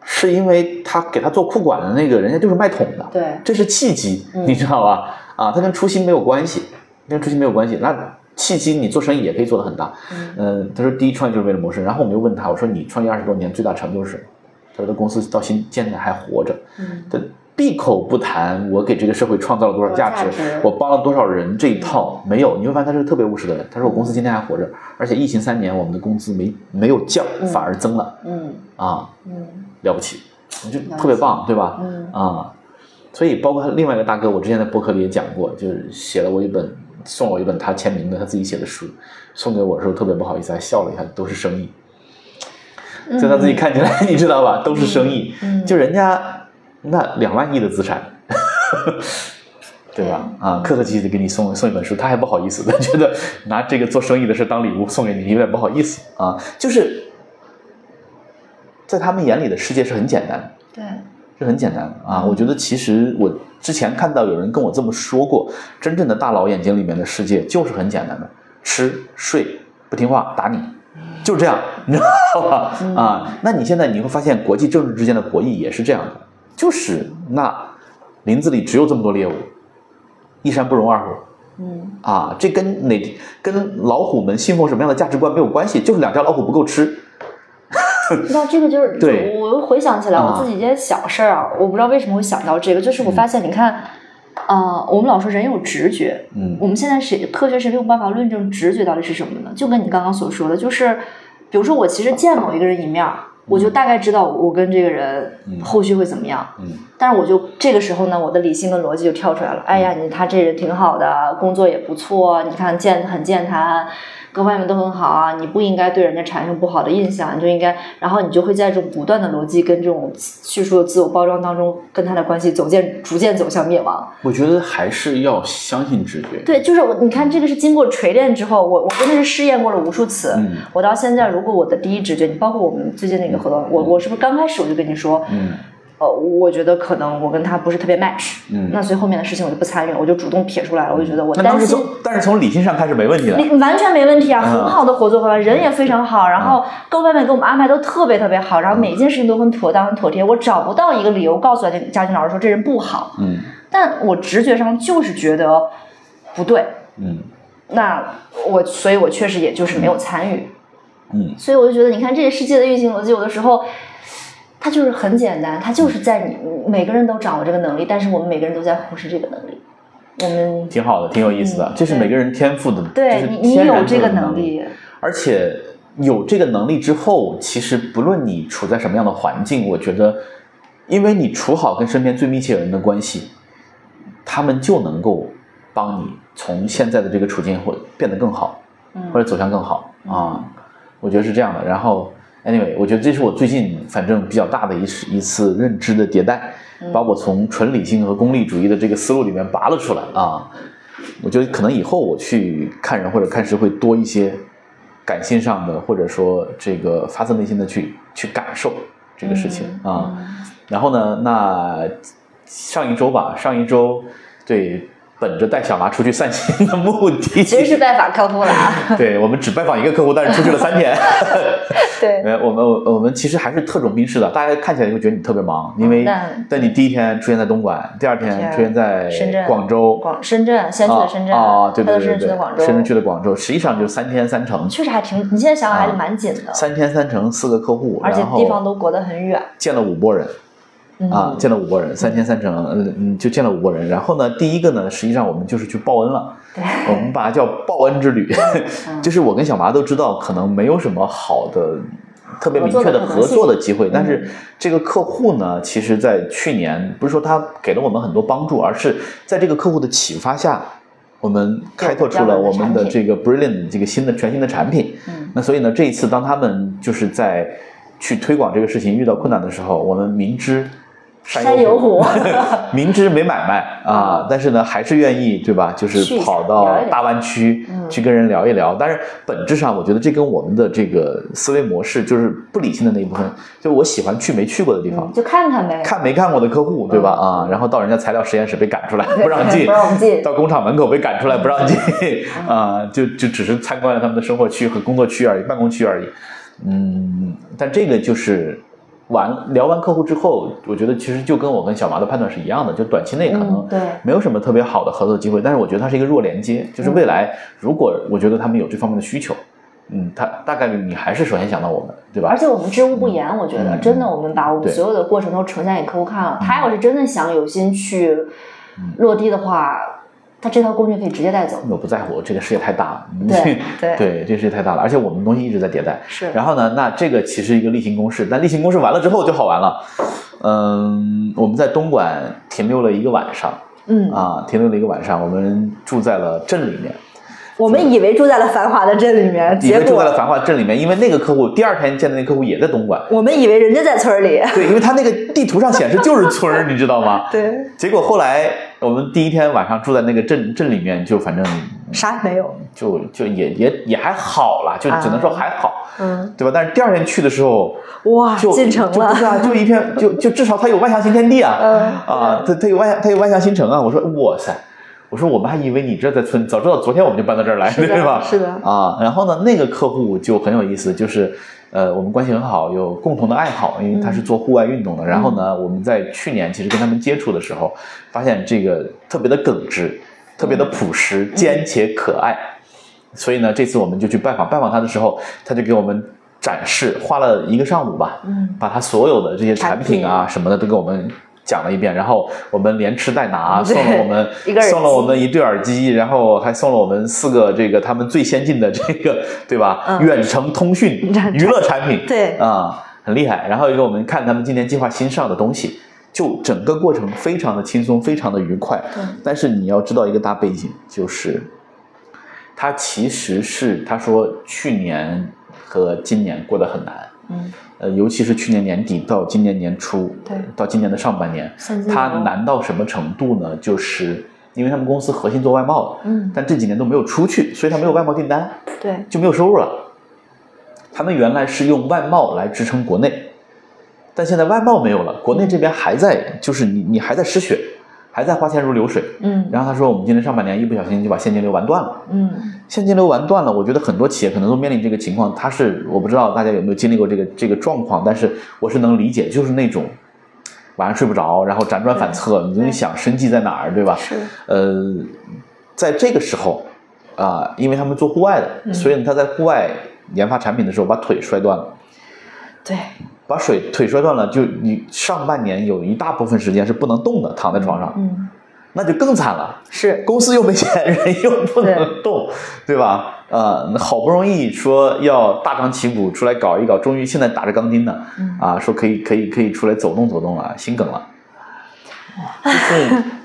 Speaker 3: 是因为他给他做裤管的那个人家就是卖桶的，
Speaker 2: 对，
Speaker 3: 这是契机，
Speaker 2: 嗯
Speaker 3: 你知道吧？啊，它跟初心没有关系，跟初心没有关系。那契机你做生意也可以做得很大。
Speaker 2: 嗯
Speaker 3: 嗯，他说第一创业就是为了谋生。然后我们就问他，我说你创业二十多年最大成就是什么？他说他公司到现现在还活着，
Speaker 2: 嗯
Speaker 3: 他闭口不谈我给这个社会创造了多少价值，
Speaker 2: 多少价值嗯
Speaker 3: 我帮了多少人这一套没有。你会发现他是个特别务实的人。他说我公司今天还活着，而且疫情三年我们的工资没没有降，
Speaker 2: 嗯
Speaker 3: 反而增了
Speaker 2: 嗯
Speaker 3: 啊，
Speaker 2: 嗯
Speaker 3: 了不起，就特别棒，对吧？
Speaker 2: 嗯
Speaker 3: 啊，所以包括另外一个大哥，我之前在博客里也讲过，就是写了我一本，送我一本他签名的他自己写的书，送给我的时候特别不好意思，还笑了一下，都是生意，
Speaker 2: 嗯，
Speaker 3: 所以他自己看起来、你知道吧，都是生意，
Speaker 2: 嗯
Speaker 3: 就人家那两万亿的资产。对吧？啊，客客气气的给你送送一本书，他还不好意思，他 <laughs> 觉得拿这个做生意的事当礼物送给你，有点不好意思啊。就是在他们眼里的世界是很简单的，
Speaker 2: 对，
Speaker 3: 这很简单啊！我觉得其实我之前看到有人跟我这么说过，真正的大佬眼睛里面的世界就是很简单的，吃睡不听话打你，就这样，你知道吧？啊，那你现在你会发现国际政治之间的博弈也是这样的，就是那林子里只有这么多猎物，一山不容二虎。 <laughs>
Speaker 2: 嗯
Speaker 3: 啊，这跟哪跟老虎们信奉什么样的价值观没有关系，就是两家老虎不够吃，
Speaker 2: 那这个就是，
Speaker 3: 对
Speaker 2: 我又回想起来我
Speaker 3: 啊嗯
Speaker 2: 自己一件小事儿啊，我不知道为什么会想到这个，就是我发现，你看，呃，我们老说人有直觉，
Speaker 3: 嗯
Speaker 2: 我们现在是科学是没有办法论证直觉到底是什么的，就跟你刚刚所说的，就是比如说我其实见某一个人一面儿，我就大概知道我跟这个人
Speaker 3: 嗯
Speaker 2: 后续会怎么样，
Speaker 3: 嗯
Speaker 2: 但是我就这个时候呢，我的理性跟逻辑就跳出来了。哎呀，你他这人挺好的，工作也不错，你看健很健谈，各方面都很好啊，你不应该对人家产生不好的印象，你就应该，然后你就会在这种不断的逻辑跟这种叙述的自我包装当中，跟他的关系走渐逐渐走向灭亡。
Speaker 3: 我觉得还是要相信直觉。
Speaker 2: 对，就是我，你看这个是经过锤炼之后，我我真的是试验过了无数次。
Speaker 3: 嗯
Speaker 2: 我到现在，如果我的第一直觉，你包括我们最近那个合同，我我是不是刚开始我就跟你说，
Speaker 3: 嗯
Speaker 2: 呃，我觉得可能我跟他不是特别 match，
Speaker 3: 嗯
Speaker 2: 那所以后面的事情我就不参与了，我就主动撇出来了，我就觉得我
Speaker 3: 那当
Speaker 2: 担
Speaker 3: 时
Speaker 2: 心
Speaker 3: 从。但是从理性上看是没问题的。
Speaker 2: 你完全没问题啊，
Speaker 3: 嗯
Speaker 2: 很好的合作伙伴，人也非常好，然后各方面给我们安排都特别特别好，然后每一件事情都很妥当、很妥帖。我找不到一个理由告诉家俊老师说这人不好，
Speaker 3: 嗯
Speaker 2: 但我直觉上就是觉得不对，
Speaker 3: 嗯
Speaker 2: 那我所以，我确实也就是没有参与。
Speaker 3: 嗯，
Speaker 2: 所以我就觉得，你看这个世界的运行逻辑，有的时候它就是很简单，它就是在你每个人都掌握这个能力，但是我们每个人都在忽视这个能力。我们
Speaker 3: 挺好的，挺有意思的，
Speaker 2: 嗯
Speaker 3: 这是每个人天赋的，
Speaker 2: 对
Speaker 3: 这是
Speaker 2: 你，你
Speaker 3: 天然
Speaker 2: 有这个
Speaker 3: 就
Speaker 2: 能
Speaker 3: 能，
Speaker 2: 力，
Speaker 3: 而且有这个能力之后，其实不论你处在什么样的环境，我觉得，因为你处好跟身边最密切的人的关系，他们就能够帮你从现在的这个处境会变得更好。或
Speaker 2: 嗯
Speaker 3: 者走向更好啊。我觉得是这样的。然后，anyway，我觉得这是我最近反正比较大的一次一次认知的迭代，
Speaker 2: 嗯
Speaker 3: 把我从纯理性和功利主义的这个思路里面拔了出来啊。我觉得可能以后我去看人或者看事会多一些感性上的，或者说这个发自内心的去去感受这个事情
Speaker 2: 嗯
Speaker 3: 啊。然后呢，那上一周吧，上一周对。本着带小麻出去散心的目的，
Speaker 2: 其实是拜访客户了啊。
Speaker 3: <laughs>
Speaker 2: <laughs>
Speaker 3: 对我们只拜访一个客户，但是出去了三天。
Speaker 2: 对，
Speaker 3: 呃，我们我们其实还是特种兵式的，大家看起来会觉得你特别忙，因为
Speaker 2: 嗯但
Speaker 3: 但你第一天出现在东莞，第二
Speaker 2: 天
Speaker 3: 天出现在
Speaker 2: 深圳
Speaker 3: 广州，
Speaker 2: 广深圳先去
Speaker 3: 啊
Speaker 2: 的深圳，
Speaker 3: 啊，对对
Speaker 2: 再到
Speaker 3: 对
Speaker 2: 深圳去
Speaker 3: 对，
Speaker 2: 的广州，
Speaker 3: 深圳去的广州，实际上就是三天三城，
Speaker 2: 确实还挺，你现在想想还是
Speaker 3: 啊
Speaker 2: 蛮紧的，
Speaker 3: 三天三城四个客户，
Speaker 2: 而且
Speaker 3: 然后
Speaker 2: 地方都隔得很远。
Speaker 3: 见了五波人。
Speaker 2: 嗯
Speaker 3: 啊，见了五波人，三天三城，嗯嗯，就见了五波人。然后呢，第一个呢，实际上我们就是去报恩了，
Speaker 2: 对，
Speaker 3: 我们把它叫报恩之旅。 <laughs> 就是我跟小麻都知道，可能没有什么好的、特别明确的合作的机会，但是这个客户呢，其实在去年不是说他给了我们很多帮助，而是在这个客户的启发下，我们开拓出了我们的这个 Brilliant 这个新的全新的产品。 <laughs>
Speaker 2: 嗯，
Speaker 3: 那所以呢，这一次当他们就是在去推广这个事情遇到困难的时候，我们明知
Speaker 2: 山有虎
Speaker 3: <laughs>
Speaker 2: 嗯
Speaker 3: 明知没买卖啊，但是呢，还是愿意对吧？就是
Speaker 2: 去一下
Speaker 3: 跑
Speaker 2: 聊一
Speaker 3: 到
Speaker 2: 聊
Speaker 3: 大湾区
Speaker 2: 嗯
Speaker 3: 去跟人聊一聊。但是本质上，我觉得这跟我们的这个思维模式就是不理性的那一部分，就我喜欢去没去过的地方
Speaker 2: 嗯，。就看看呗，
Speaker 3: 看没看过的客户，对吧？啊，然后到人家材料实验室被赶出来，
Speaker 2: 嗯对
Speaker 3: 不让进
Speaker 2: 不，让进，嗯
Speaker 3: 到工厂门口被赶出来不让进 <laughs> 啊，就就只是参观了他们的生活区和工作区而已，办公区而已。嗯，但这个就是完聊完客户之后，我觉得其实就跟我跟小麻的判断是一样的，就短期内可能
Speaker 2: 嗯，对，
Speaker 3: 没有什么特别好的合作机会，但是我觉得它是一个弱连接，就是未来如果我觉得他们有这方面的需求，嗯，他大概率你还是首先想到我们，对吧
Speaker 2: 而？且我们知无不言，我觉得
Speaker 3: 嗯
Speaker 2: 真的，我们把我们
Speaker 3: 对嗯
Speaker 2: 所有的过程都呈现给客户看了。他要是真的想有心去落地的话，他这套工具可以直接带走。
Speaker 3: 我不在乎，这个世界太大了， <laughs>
Speaker 2: 对对
Speaker 3: 嗯对，这个世界太大了，而且我们东西一直在迭代，
Speaker 2: 是
Speaker 3: 然后呢，那这个其实一个例行公事，但例行公事完了之后就好玩了。嗯，我们在东莞停留了一个晚上
Speaker 2: 嗯，
Speaker 3: 啊，停留了一个晚上，我们住在了镇里面，
Speaker 2: 我们以为住在了繁华的镇里面，
Speaker 3: 因
Speaker 2: 结
Speaker 3: 为住在了
Speaker 2: 果
Speaker 3: 繁华镇里面，因为那个客户第二天见的那个客户也在东莞，
Speaker 2: 我们以为人家在村儿
Speaker 3: <laughs>
Speaker 2: 里。
Speaker 3: 对，因为他那个地图上显示就是村儿，你知道吗？
Speaker 2: 对，
Speaker 3: 结果后来我们第一天晚上住在那个镇镇里面，就反正
Speaker 2: 啥也没有。
Speaker 3: 就就也也也还好啦，就只能说还好。
Speaker 2: 嗯，
Speaker 3: 对吧？但是第二天去的时候，
Speaker 2: 哇，
Speaker 3: 就
Speaker 2: 进城
Speaker 3: 就不是
Speaker 2: 了。
Speaker 3: 啊，就一片就就至少它有万象新天地啊，
Speaker 2: 嗯
Speaker 3: 啊，它它有万象它有万象新城啊。我说哇塞，我说我们还以为你这在村，早知道昨天我们就搬到这儿来，
Speaker 2: 是的
Speaker 3: 对吧？
Speaker 2: 是的
Speaker 3: 啊。然后呢，那个客户就很有意思，就是呃，我们关系很好，有共同的爱好，因为
Speaker 2: 嗯
Speaker 3: 他是做户外运动的。然后呢，我们在去年其实跟他们接触的时候，发现这个特别的耿直，特别的朴实，
Speaker 2: 嗯
Speaker 3: 坚且可爱。所以呢，这次我们就去拜访，拜访他的时候，他就给我们展示，花了一个上午吧，
Speaker 2: 嗯，
Speaker 3: 把他所有的这些产品啊
Speaker 2: 产
Speaker 3: 什么的都给我们讲了一遍，然后我们连吃带
Speaker 2: <laughs>
Speaker 3: 拿，
Speaker 2: 对
Speaker 3: 送了我们
Speaker 2: 一个耳机
Speaker 3: 送了我们一对耳机，然后还送了我们四个这个他们最先进的这个 <laughs> 对吧、
Speaker 2: 嗯
Speaker 3: 远程通讯
Speaker 2: <laughs>
Speaker 3: 娱乐产品，
Speaker 2: 对
Speaker 3: 啊、很厉害。然后又给我们看他们今年计划新上的东西，就整个过程非常的轻松，非常的愉快。但是你要知道一个大背景，就是他其实是他说去年和今年过得很难。
Speaker 2: 嗯，
Speaker 3: 呃，尤其是去年年底到今年年初，
Speaker 2: 对
Speaker 3: 到今年的上半年，
Speaker 2: 现金流
Speaker 3: 它难到什么程度呢？就是因为他们公司核心做外贸的，
Speaker 2: 嗯
Speaker 3: 但这几年都没有出去，所以它没有外贸订单，
Speaker 2: 对，
Speaker 3: 就没有收入了。他们原来是用外贸来支撑国内，但现在外贸没有了，国内这边还在，就是你你还在失血，还在花钱如流水。
Speaker 2: 嗯
Speaker 3: 然后他说，我们今年上半年一不小心就把现金流玩断了。
Speaker 2: 嗯，
Speaker 3: 现金流玩断了，我觉得很多企业可能都面临这个情况。它是我不知道大家有没有经历过这个这个状况，但是我是能理解，就是那种晚上睡不着，然后辗转反侧，你就想生计在哪儿，对
Speaker 2: 嗯
Speaker 3: 吧？
Speaker 2: 是
Speaker 3: 呃，在这个时候啊、因为他们做户外的，
Speaker 2: 嗯
Speaker 3: 所以呢他在户外研发产品的时候把腿摔断了。
Speaker 2: 对，
Speaker 3: 把水腿摔断了，就你上半年有一大部分时间是不能动的，躺在床上，
Speaker 2: 嗯，
Speaker 3: 那就更惨了。
Speaker 2: 是
Speaker 3: 公司又没钱，人又不能动，对吧？呃，好不容易说要大张旗鼓出来搞一搞，终于现在打着钢筋呢，
Speaker 2: 嗯
Speaker 3: 啊，说可以可以可以出来走动走动了，心梗了，就是。 <laughs>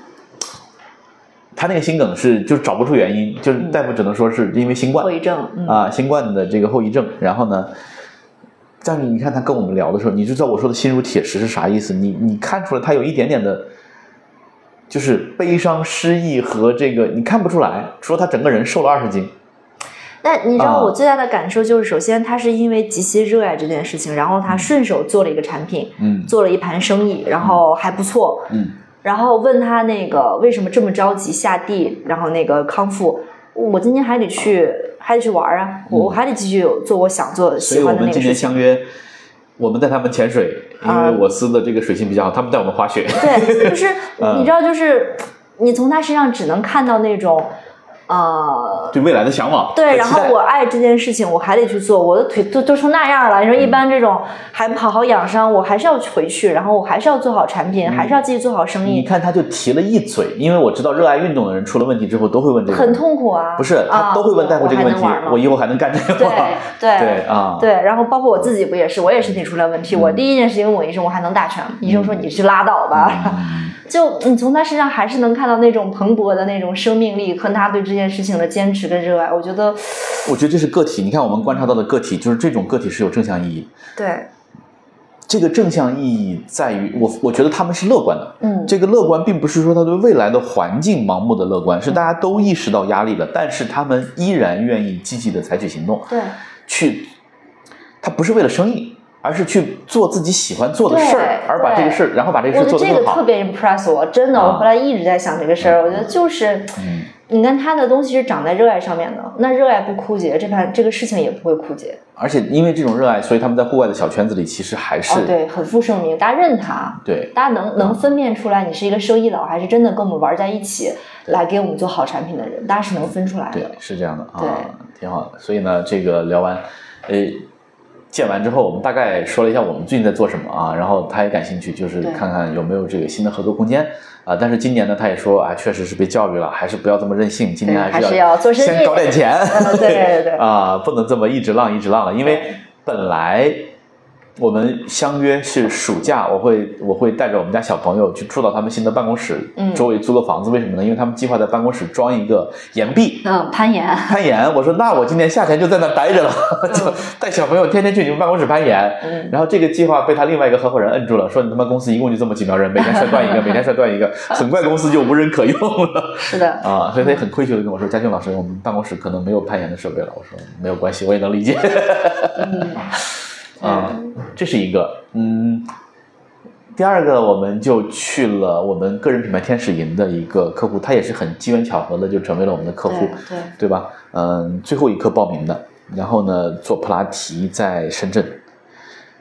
Speaker 3: 他那个心梗是就是找不出原因，就是大夫只能说是因为新冠，
Speaker 2: 后遗症。嗯，
Speaker 3: 啊，新冠的这个后遗症。然后呢，但是你看他跟我们聊的时候，你就知道我说的心如铁石是啥意思。你你看出来他有一点点的，就是悲伤、失意和这个，你看不出来，除了他整个人瘦了二十斤。
Speaker 2: 那你知
Speaker 3: 啊
Speaker 2: 道我最大的感受就是，首先他是因为极其热爱这件事情，然后他顺手做了一个产品，
Speaker 3: 嗯
Speaker 2: 做了一盘生意，然后还不错。
Speaker 3: 嗯，
Speaker 2: 然后问他那个为什么这么着急下地，然后那个康复，我今天还得去，还得去玩啊，我我还得继续做我想做
Speaker 3: 嗯所以
Speaker 2: 喜
Speaker 3: 我
Speaker 2: 欢的
Speaker 3: 们
Speaker 2: 那个
Speaker 3: 今
Speaker 2: 事
Speaker 3: 年
Speaker 2: 情。
Speaker 3: 相约。我们带他们潜水，因为
Speaker 2: 啊
Speaker 3: 我司的这个水性比较好，他们带我们滑雪。
Speaker 2: 对，就是
Speaker 3: <laughs> 嗯
Speaker 2: 你知道，就是你从他身上只能看到那种，呃，
Speaker 3: 对未来的向往，
Speaker 2: 对，
Speaker 3: 和
Speaker 2: 然
Speaker 3: 期
Speaker 2: 后
Speaker 3: 待
Speaker 2: 我爱这件事情，我还得去做，我的腿都都成那样了。你说
Speaker 3: 嗯
Speaker 2: 一般这种还不好好养伤，我还是要回去，然后我还是要做好产
Speaker 3: 嗯
Speaker 2: 品，还是要继续做好生
Speaker 3: 你
Speaker 2: 意，
Speaker 3: 看他就提了一嘴，因为我知道热爱运动的人出了问题之后都会问这个，
Speaker 2: 很。痛苦啊。
Speaker 3: 不是，他
Speaker 2: 啊
Speaker 3: 都会问大夫这个问题
Speaker 2: 我还能玩，吗
Speaker 3: <laughs> 我以后还能干这个
Speaker 2: 对
Speaker 3: 吗？
Speaker 2: 对
Speaker 3: 对啊，嗯
Speaker 2: 对，然后包括我自己不也是，我也身体出了问题，我第一件事情问我医生，我还能打拳吗，医生说你去拉倒吧。
Speaker 3: 嗯
Speaker 2: <laughs> 就你从他身上还是能看到那种蓬勃的那种生命力和他对这件事情的坚持跟热爱。我觉得，
Speaker 3: 我觉得这是个体。你看，我们观察到的个体，就是这种个体是有正向意义。
Speaker 2: 对，
Speaker 3: 这个正向意义在于，我我觉得他们是乐观的。
Speaker 2: 嗯，
Speaker 3: 这个乐观并不是说他对未来的环境盲目的乐观，是大家都意识到压力了，但是他们依然愿意积极的采取行动，
Speaker 2: 对，
Speaker 3: 去，他不是为了生意，而是去做自己喜欢做的事儿
Speaker 2: 对，
Speaker 3: 而把这个事儿，然后把这个事
Speaker 2: 我
Speaker 3: 儿
Speaker 2: 觉
Speaker 3: 做
Speaker 2: 得
Speaker 3: 得
Speaker 2: 这
Speaker 3: 更
Speaker 2: 个
Speaker 3: 好
Speaker 2: 特。别 impress 我，真的，
Speaker 3: 啊
Speaker 2: 我后来一直在想这个事儿。我觉得就是，
Speaker 3: 嗯
Speaker 2: 你看他的东西是长在热爱上面的，那热爱不枯竭，这盘这个事情也不会枯竭。
Speaker 3: 而且因为这种热爱，所以他们在户外的小圈子里其实还是、
Speaker 2: 哦，对，很负盛名，大家认他，
Speaker 3: 对
Speaker 2: 大家能能分辨出来你是一个生意佬，还是真的跟我们玩在一起
Speaker 3: 对
Speaker 2: 来给我们做好产品的人，大家是能分出来
Speaker 3: 对
Speaker 2: 的。
Speaker 3: 是这样的
Speaker 2: 哎对
Speaker 3: 啊，挺好的。所以呢，这个聊完，呃，见完之后，我们大概说了一下我们最近在做什么啊，然后他也感兴趣，就是
Speaker 2: 对
Speaker 3: 看看有没有这个新的合作空间啊。但是今年呢，他也说啊，确实是被教育了，还是不要这么任性，今年
Speaker 2: 对还
Speaker 3: 是
Speaker 2: 是要做生意
Speaker 3: 先搞点钱，
Speaker 2: <laughs> 嗯对
Speaker 3: <laughs>
Speaker 2: 对对
Speaker 3: 啊，不能这么一直浪一直浪了，因为
Speaker 2: 对
Speaker 3: 本来。我们相约是暑假，我会我会带着我们家小朋友去住到他们新的办公室，
Speaker 2: 嗯
Speaker 3: 周围租个房子。为什么呢？因为他们计划在办公室装一个岩壁，
Speaker 2: 嗯，攀岩，
Speaker 3: 攀岩，我说那我今年夏天就在那待
Speaker 2: <laughs>
Speaker 3: 着了，就带小朋友天天去你们办公室攀岩。
Speaker 2: 嗯，
Speaker 3: 然后这个计划被他另外一个合伙人摁住了，说你他妈公司一共就这么几苗人，每天摔断一个，每天摔断
Speaker 2: <laughs>
Speaker 3: 一个，很快公司就无人可用了
Speaker 2: 是的，
Speaker 3: 啊！所以他也很愧疚的跟我说：“佳俊老师，我们办公室可能没有攀岩的设备了。”我说：“没有关系，我也能理解。”
Speaker 2: 嗯，
Speaker 3: <laughs> 啊，这是一个，嗯。第二个，我们就去了我们个人品牌天使营的一个客户，他也是很机缘巧合的就成为了我们的客户
Speaker 2: 对。对，
Speaker 3: 对吧？嗯，最后一刻报名的，然后呢做普拉提在深圳，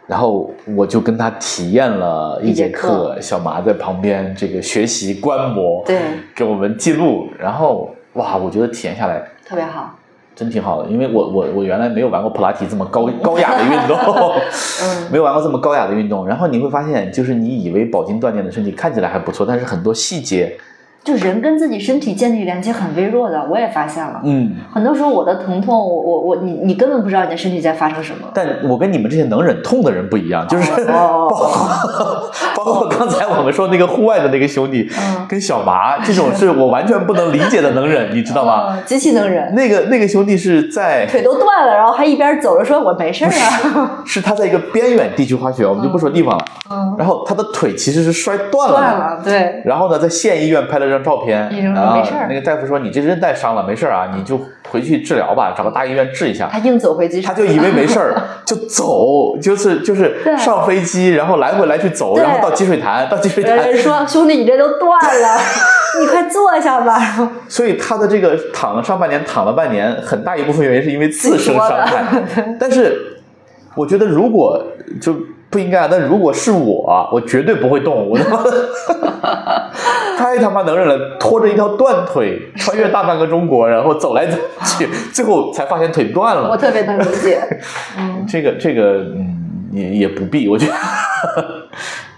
Speaker 3: 然后我就跟他体验了一
Speaker 2: 一
Speaker 3: 节
Speaker 2: 节
Speaker 3: 课，小麻在旁边这个学习观摩，
Speaker 2: 对，
Speaker 3: 给我们记录，然后哇，我觉得体验下来
Speaker 2: 特别好，
Speaker 3: 真挺好的，因为我我我原来没有玩过普拉提这么高高雅的运 <laughs> 动，
Speaker 2: 嗯，
Speaker 3: 没有玩过这么高雅的运动，然后你会发现，就是你以为饱经锻炼的身体看起来还不错，但是很多细节，
Speaker 2: 就人跟自己身体建立连接很微弱的，我也发现了。
Speaker 3: 嗯，
Speaker 2: 很多时候我的疼痛，我我我你你根本不知道你的身体在发生什么。
Speaker 3: 但我跟你们这些能忍痛的人不一样，就是
Speaker 2: 哦哦哦
Speaker 3: <laughs> 包包括刚才我们说那个户外的那个兄弟
Speaker 2: 嗯
Speaker 3: 跟小麻，这种是我完全不能理解的
Speaker 2: <laughs>
Speaker 3: 能忍，你知道吗？
Speaker 2: 嗯，极其能忍，
Speaker 3: 那个那个兄弟是在
Speaker 2: 腿都断了，然后还一边走着说：“我没事儿
Speaker 3: <laughs>
Speaker 2: 啊。
Speaker 3: 是他在一个边远地区滑雪，我们就不说地方了。”
Speaker 2: 嗯，
Speaker 3: 然后他的腿其实是摔断
Speaker 2: <laughs>
Speaker 3: 了
Speaker 2: 断
Speaker 3: 的。
Speaker 2: 了，对，
Speaker 3: 然后呢，在县医院拍了张照片
Speaker 2: 医生，说
Speaker 3: 啊
Speaker 2: 没事儿，
Speaker 3: 那个大夫说你这韧带伤了，没事儿啊，你就回去治疗吧，找个大医院治一下。
Speaker 2: <laughs> 他硬走回机
Speaker 3: 他
Speaker 2: 场，
Speaker 3: 就以为没
Speaker 2: <laughs>
Speaker 3: 事儿，就走，就是就是
Speaker 2: 对
Speaker 3: 上飞机，然后来回来去走，
Speaker 2: 对
Speaker 3: 然后到积水潭，到积水
Speaker 2: 然后
Speaker 3: 潭
Speaker 2: 人，说：“兄弟，你这都断 <laughs> 了，你快坐下吧。
Speaker 3: 所以他的这个躺了上半年，躺了半年，很大一部分原因是因为自身伤害。但是我觉得如果就不应该啊，但如果是我，我绝对不会动，我他妈的 <laughs> 太他妈能忍了，拖着一条断腿穿越大半个中国，然后走来走去，最后才发现腿断”了
Speaker 2: 我。特别能理解， <laughs> 嗯，
Speaker 3: 这个这个嗯也也不必，我觉得。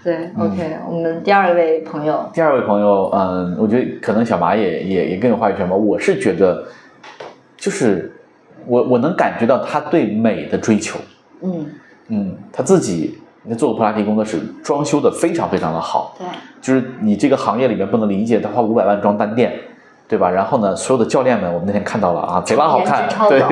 Speaker 2: 对，OK，我们第二位朋友，
Speaker 3: 第二位朋友，嗯，我觉得可能小麻也也也更有话语权吧。我是觉得，就是我我能感觉到他对美的追求，
Speaker 2: 嗯，
Speaker 3: 嗯，他自己做过普拉提工作室，装修的非常非常的好，
Speaker 2: 对，
Speaker 3: 就是你这个行业里面不能理解，他花五百万装单店。对吧？然后呢，所有的教练们，我们那天看到了啊，贼拉好看
Speaker 2: 颜值，超
Speaker 3: 对
Speaker 2: 高，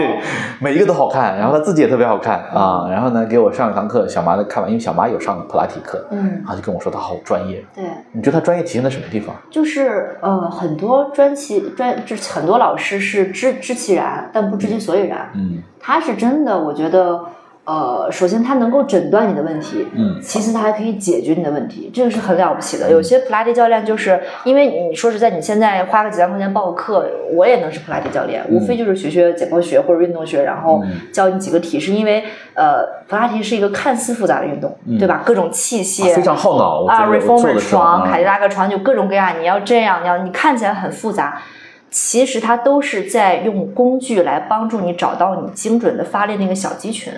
Speaker 3: 每一个都好看。然后他自己也特别好看啊。然后呢，给我上一堂课，小麻的看完，因为小麻有上普拉提课，
Speaker 2: 嗯
Speaker 3: 然，后就跟我说他好专业。
Speaker 2: 对。
Speaker 3: 你觉得他专业体现在什么地方？
Speaker 2: 就是呃，很多专其专就是很多老师是知知其然，但不知其所以然。
Speaker 3: 嗯
Speaker 2: 他是真的，我觉得呃，首先他能够诊断你的问题，
Speaker 3: 嗯，
Speaker 2: 其次，它还可以解决你的问题，这个是很了不起的。有些普拉提教练就是因为你说实在，你现在花个几万块钱报个课，我也能是普拉提教练，无非就是学学解剖学或者运动学，然后
Speaker 3: 嗯
Speaker 2: 教你几个体式。因为呃，普拉提是一个看似复杂的运动，
Speaker 3: 嗯
Speaker 2: 对吧？各种器械、
Speaker 3: 啊非常耗脑。我
Speaker 2: 啊
Speaker 3: 觉得我做
Speaker 2: ，reformer
Speaker 3: 的时候
Speaker 2: 床、凯迪
Speaker 3: 啊
Speaker 2: 拉克床，就各种各样，你要这样，你要你看起来很复杂，其实它都是在用工具来帮助你找到你精准的发力那个小肌群。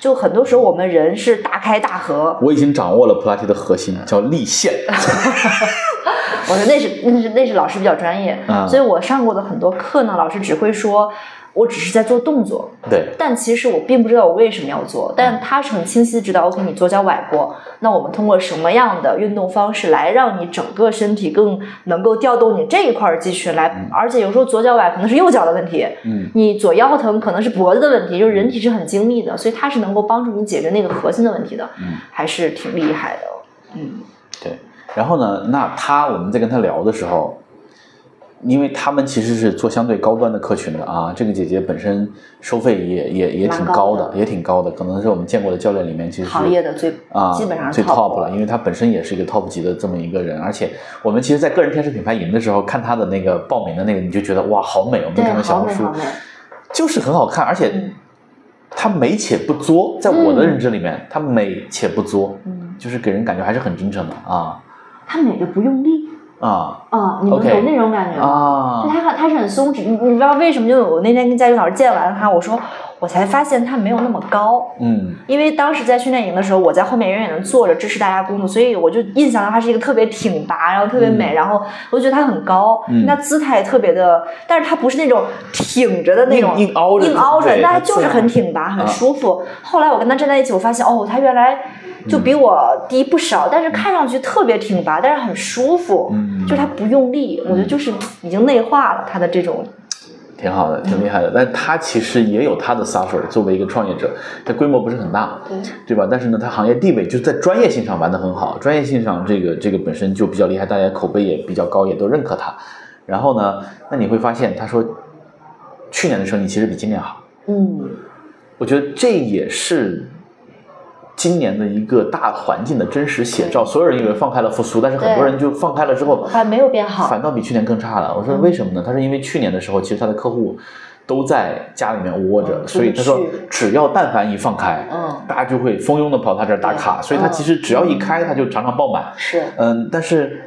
Speaker 2: 就很多时候我们人是大开大合，
Speaker 3: 我已经掌握了普拉提的核心，叫立线。
Speaker 2: 我说那是那是那是老师比较专业，
Speaker 3: 嗯
Speaker 2: 所以我上过的很多课呢，老师只会说，我只是在做动作， <laughs>
Speaker 3: 对，
Speaker 2: 但其实我并不知道我为什么要做，但他是很清晰地知道，OK，你左脚崴过，那我们通过什么样的运动方式来让你整个身体更能够调动你这一块儿肌群来
Speaker 3: 嗯，
Speaker 2: 而且有时候左脚崴可能是右脚的问题，
Speaker 3: 嗯，
Speaker 2: 你左腰疼可能是脖子的问题，就是人体是很精密的，所以它是能够帮助你解决那个核心的问题的，
Speaker 3: 嗯
Speaker 2: 还是挺厉害的。嗯，
Speaker 3: 对。然后呢，那他我们在跟他聊的时候，因为他们其实是做相对高端的客群的啊，这个姐姐本身收费也也也挺
Speaker 2: 蛮高的
Speaker 3: 的，也挺高的，可能是我们见过的教练里面其实是
Speaker 2: 行业的最
Speaker 3: 啊，
Speaker 2: 基本上是
Speaker 3: 最 top
Speaker 2: 了
Speaker 3: 了，因为他本身也是一个 top 级的这么一个人，而且我们其实，在个人天使品牌营的时候，看他的那个报名的那个，你就觉得哇，好美！我哦们
Speaker 2: 对
Speaker 3: 看到小
Speaker 2: 好
Speaker 3: 红
Speaker 2: 美
Speaker 3: 书
Speaker 2: 好美
Speaker 3: 就是很好看，而且
Speaker 2: 嗯
Speaker 3: 他美且不作，在我的
Speaker 2: 嗯
Speaker 3: 认知里面，他美且不作，
Speaker 2: 嗯，
Speaker 3: 就是给人感觉还是很真诚的啊
Speaker 2: 它美的不用力
Speaker 3: 啊
Speaker 2: 啊，你们
Speaker 3: OK
Speaker 2: 懂那种感觉吗？
Speaker 3: 啊
Speaker 2: 就！他很他是很松弛，你你知道为什么？就我那天跟佳宇老师见完他，我说我才发现他没有那么高，
Speaker 3: 嗯，
Speaker 2: 因为当时在训练营的时候，我在后面远远的坐着支持大家工作，所以我就印象到他是一个特别挺拔，然后特别美，然后我就觉得他很高，
Speaker 3: 嗯
Speaker 2: 那姿态也特别的，但是他不是那种挺着的那种
Speaker 3: 硬硬凹着
Speaker 2: 硬凹着
Speaker 3: 对，
Speaker 2: 但他
Speaker 3: 他
Speaker 2: 就
Speaker 3: 自
Speaker 2: 是
Speaker 3: 然
Speaker 2: 很挺拔，
Speaker 3: 啊
Speaker 2: 很舒服。后来我跟他站在一起，我发现哦，他原来。就
Speaker 3: 嗯
Speaker 2: 比我低不少，但是看上去特别挺拔，但是很舒服，
Speaker 3: 嗯
Speaker 2: 就是他不用力，我觉得就是已经内化了他的这种
Speaker 3: 挺好的，挺厉害的。但他其实也有他的 suffer，作为一个创业者，他规模不是很大，
Speaker 2: 对
Speaker 3: 对吧？但是呢，它行业地位就在专业性上玩得很好，专业性上这个这个本身就比较厉害，大家口碑也比较高，也都认可它。然后呢，那你会发现，他说去年的生意其实比今年好，
Speaker 2: 嗯
Speaker 3: 我觉得这也是今年的一个大环境的真实写照。所有人以为放开了复苏，但是很多
Speaker 2: 对啊
Speaker 3: 人就放开了之后，
Speaker 2: 还没有变好嗯
Speaker 3: 反倒比去年更差了。我说为什么呢？他说因为去年的时候，其实他的客户都在家里面窝着，
Speaker 2: 嗯
Speaker 3: 所以他
Speaker 2: 出
Speaker 3: 说
Speaker 2: 不去
Speaker 3: 只要但凡一放开，
Speaker 2: 嗯
Speaker 3: 大家就会蜂拥的跑他这儿打卡，
Speaker 2: 对
Speaker 3: 所以他其实只要一开，他就常常爆满。
Speaker 2: 是
Speaker 3: 嗯，但是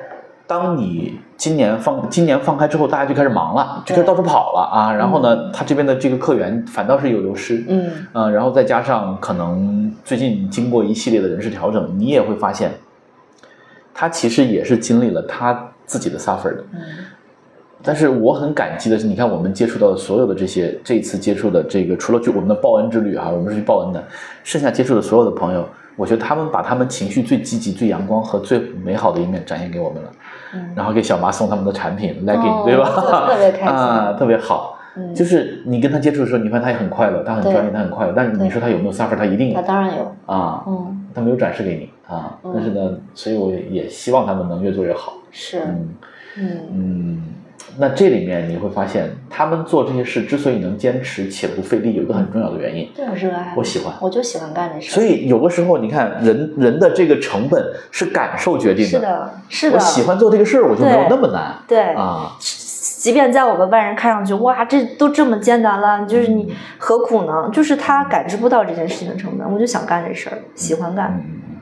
Speaker 3: 当你今年放今年放开之后，大家就开始忙了，就
Speaker 2: 对
Speaker 3: 开始到处跑了啊。然后呢，他这边的这个客源反倒是有流失。
Speaker 2: 嗯
Speaker 3: 嗯，然后再加上可能最近经过一系列的人事调整，你也会发现，他其实也是经历了他自己的 suffer 的。
Speaker 2: 嗯
Speaker 3: 但是我很感激的是，你看我们接触到的所有的这些，这一次接触的这个，除了就我们的报恩之旅哈、我们是去报恩的，剩下接触的所有的朋友，我觉得他们把他们情绪最积极、最阳光和最美好的一面展现给我们了，
Speaker 2: 嗯
Speaker 3: 然后给小麻送他们的产品 legging，、
Speaker 2: 哦
Speaker 3: 对吧？
Speaker 2: 特别开心
Speaker 3: 啊， <laughs> 特别好。
Speaker 2: 嗯，
Speaker 3: 就是你跟他接触的时候，你发现他也很快乐，他很
Speaker 2: 对
Speaker 3: 专业，他很快乐。但是你说他有没有 suffer，他一定
Speaker 2: 他
Speaker 3: 有
Speaker 2: 嗯当然有
Speaker 3: 啊，
Speaker 2: 嗯
Speaker 3: 他没有展示给你啊。
Speaker 2: 嗯
Speaker 3: 但是呢，所以我也希望他们能越做越好。
Speaker 2: 是
Speaker 3: 嗯。
Speaker 2: 嗯
Speaker 3: 嗯，那这里面你会发现，他们做这些事之所以能坚持且不费力，有一个很重要的原因，
Speaker 2: 这种热爱
Speaker 3: 我喜欢。
Speaker 2: 我就喜欢干这事
Speaker 3: 所以有的时候，你看人人的这个成本是感受决定
Speaker 2: 是的是的
Speaker 3: 我喜欢做这个事儿，我就没有
Speaker 2: 对
Speaker 3: 那么难
Speaker 2: 对
Speaker 3: 啊。
Speaker 2: 即便在我们外人看上去，哇，这都这么艰难了，就是你何苦呢？就是他感知不到这件事情的成本，我就想干这事儿，喜欢干。
Speaker 3: 嗯，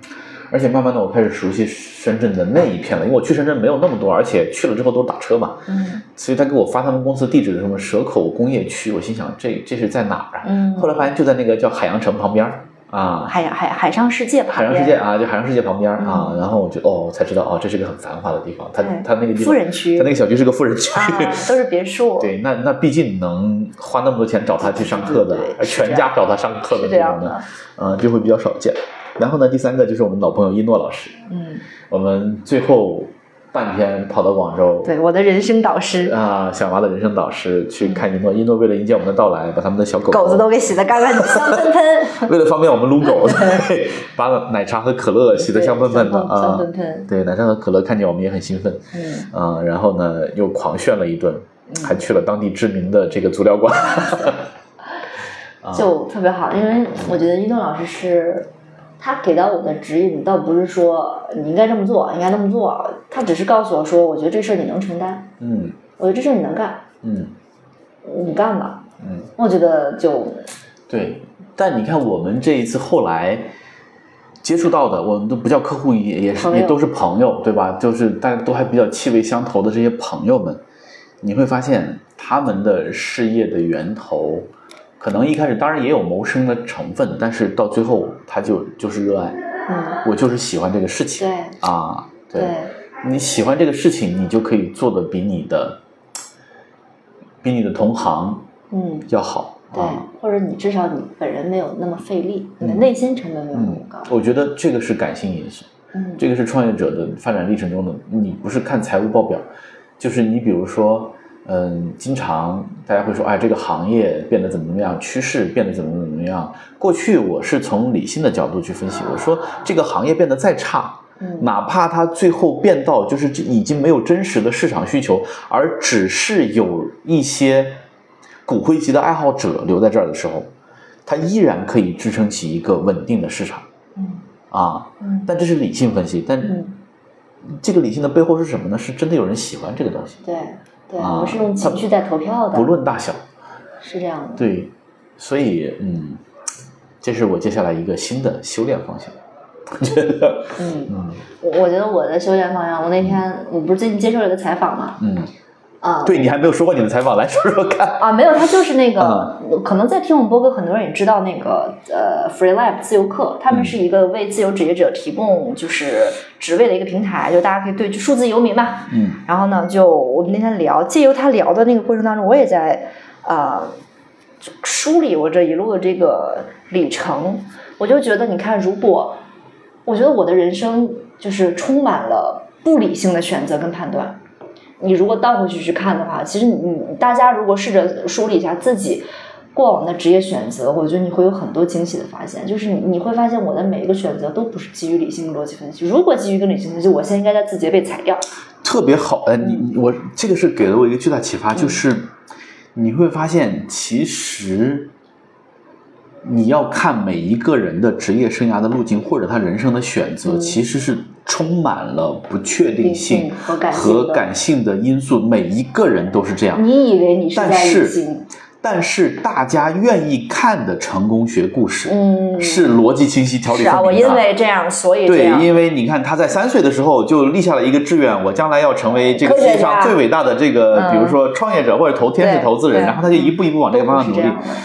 Speaker 3: 而且慢慢的，我开始熟悉深圳的那一片了，因为我去深圳没有那么多，而且去了之后都打车嘛，
Speaker 2: 嗯
Speaker 3: 所以他给我发他们公司地址的什么蛇口工业区，我心想这这是在哪儿啊？
Speaker 2: 嗯
Speaker 3: 后来发现就在那个叫海洋城旁边儿啊，
Speaker 2: 海海海上世界旁
Speaker 3: 海
Speaker 2: 边，
Speaker 3: 洋世界啊，就海洋世界旁边儿啊，
Speaker 2: 嗯
Speaker 3: 然后我就哦才知道哦，这是个很繁华的地方，它
Speaker 2: 对
Speaker 3: 它那个地方
Speaker 2: 富人区
Speaker 3: 它那个小区是个富人区。
Speaker 2: 啊，都是别墅，
Speaker 3: <laughs> 对，那那毕竟能花那么多钱找他去上课的
Speaker 2: 对，
Speaker 3: 而
Speaker 2: 是这样
Speaker 3: 全家找他上课的
Speaker 2: 是这
Speaker 3: 这
Speaker 2: 样
Speaker 3: 种的
Speaker 2: 的，
Speaker 3: 呃，就会比较少见。然后呢，第三个就是我们老朋友一诺老师，
Speaker 2: 嗯，
Speaker 3: 我们最后半天跑到广州，
Speaker 2: 对，我的人生导师，
Speaker 3: 啊、小娃的人生导师去看一诺，一诺为了迎接我们的到来，把他们的小狗
Speaker 2: 狗子都给洗得干
Speaker 3: <laughs>
Speaker 2: 干净，香喷喷，
Speaker 3: 为了方便我们撸
Speaker 2: <laughs>
Speaker 3: 狗，对，把奶茶和可乐洗得香喷喷
Speaker 2: 对
Speaker 3: 的
Speaker 2: 香喷
Speaker 3: 啊
Speaker 2: 香喷喷，
Speaker 3: 对，奶茶和可乐看见我们也很兴奋，
Speaker 2: 嗯，
Speaker 3: 啊，然后呢又狂炫了一顿，还去了当地知名的这个足疗馆， <laughs> 嗯
Speaker 2: 就特别好，因为我觉得运动老师是。他给到我的指引，倒不是说你应该这么做，应该那么做，他只是告诉我说，我觉得这事儿你能承担，
Speaker 3: 嗯
Speaker 2: 我觉得这事儿你能干，
Speaker 3: 嗯
Speaker 2: 你干吧。
Speaker 3: 嗯，
Speaker 2: 我觉得就
Speaker 3: 对。但你看我们这一次后来接触到的，我们都不叫客户，也也是
Speaker 2: 朋友
Speaker 3: 也都是朋友，对吧？就是大家都还比较气味相投的这些朋友们，你会发现他们的事业的源头，可能一开始当然也有谋生的成分，但是到最后他就就是热爱，
Speaker 2: 嗯，
Speaker 3: 我就是喜欢这个事情
Speaker 2: 对
Speaker 3: 啊，
Speaker 2: 对，
Speaker 3: 你喜欢这个事情，你就可以做的比你的比你的同行
Speaker 2: 嗯，
Speaker 3: 要好
Speaker 2: 对
Speaker 3: 啊。，
Speaker 2: 或者你至少你本人没有那么费力，你的内心成本没有那么
Speaker 3: 嗯
Speaker 2: 高，。
Speaker 3: 我觉得这个是感性因素，
Speaker 2: 嗯，
Speaker 3: 这个是创业者的发展历程中的。你不是看财务报表，就是你比如说，嗯，经常大家会说，哎，这个行业变得怎么怎么样，趋势变得怎么怎么样。过去我是从理性的角度去分析，我说这个行业变得再差，
Speaker 2: 嗯
Speaker 3: 哪怕它最后变到就是已经没有真实的市场需求，而只是有一些骨灰级的爱好者留在这儿的时候，它依然可以支撑起一个稳定的市场
Speaker 2: 嗯
Speaker 3: 啊。
Speaker 2: 嗯，
Speaker 3: 但这是理性分析，但
Speaker 2: 嗯，
Speaker 3: 这个理性的背后是什么呢？是真的有人喜欢这个东西，
Speaker 2: 对对，
Speaker 3: 啊
Speaker 2: 我们是用情绪在投票的，
Speaker 3: 不论大小。
Speaker 2: 是这样的。
Speaker 3: 对，所以嗯，这是我接下来一个新的修炼方向。我觉得，
Speaker 2: 嗯，
Speaker 3: 嗯
Speaker 2: 我我觉得我的修炼方向，我那天我不是最近接受了一个采访嘛，
Speaker 3: 嗯，
Speaker 2: 啊，
Speaker 3: 对你还没有说过你的采访，来说说看。
Speaker 2: 啊，没有，他就是那
Speaker 3: 啊
Speaker 2: 个，可能在听我们播客，很多人也知道那个呃，Free Lab 自由课，他们
Speaker 3: 嗯
Speaker 2: 是一个为自由职业者提供就是职位的一个平台，就大家可以对就数字游民嘛。
Speaker 3: 嗯
Speaker 2: 然后呢，就我们那天聊，借由他聊的那个过程当中，我也在呃梳理我这一路的这个里程，我就觉得，你看，如果我觉得我的人生就是充满了不理性的选择跟判断。你如果倒回去去看的话，其实你你大家如果试着梳理一下自己过往的职业选择，我觉得你会有很多惊喜的发现。就是你你会发现我的每一个选择都不是基于理性的逻辑分析。如果基于一个理性分析，我现在应该在字节被裁掉。
Speaker 3: 特别
Speaker 2: 嗯
Speaker 3: 好，呃，你你我这个是给了我一个巨大启发，就是你会发现，其实你要看每一个人的职业生涯的路径或者他人生的选择，
Speaker 2: 嗯
Speaker 3: 其实是充满了不确定性
Speaker 2: 嗯和感性的嗯
Speaker 3: 和感性的因素，每一个人都是这样。
Speaker 2: 你以为你是
Speaker 3: 但
Speaker 2: 在理
Speaker 3: 是
Speaker 2: 性，，
Speaker 3: 但是大家愿意看的成功学故事，
Speaker 2: 嗯，
Speaker 3: 是逻辑清晰、条理
Speaker 2: 是啊，
Speaker 3: 分
Speaker 2: 我
Speaker 3: 明的。
Speaker 2: 因为这样，所以这
Speaker 3: 对
Speaker 2: 样，，
Speaker 3: 因为你看他在三岁的时候就立下了一个志愿，我将来要成为这个
Speaker 2: 科
Speaker 3: 世
Speaker 2: 学家
Speaker 3: 界上最伟大的这个，
Speaker 2: 嗯
Speaker 3: 比如说创业者或者投天使
Speaker 2: 对
Speaker 3: 投资人，
Speaker 2: 对
Speaker 3: 然后他就一步一步往这个方向努
Speaker 2: 都
Speaker 3: 力
Speaker 2: 不是这样的。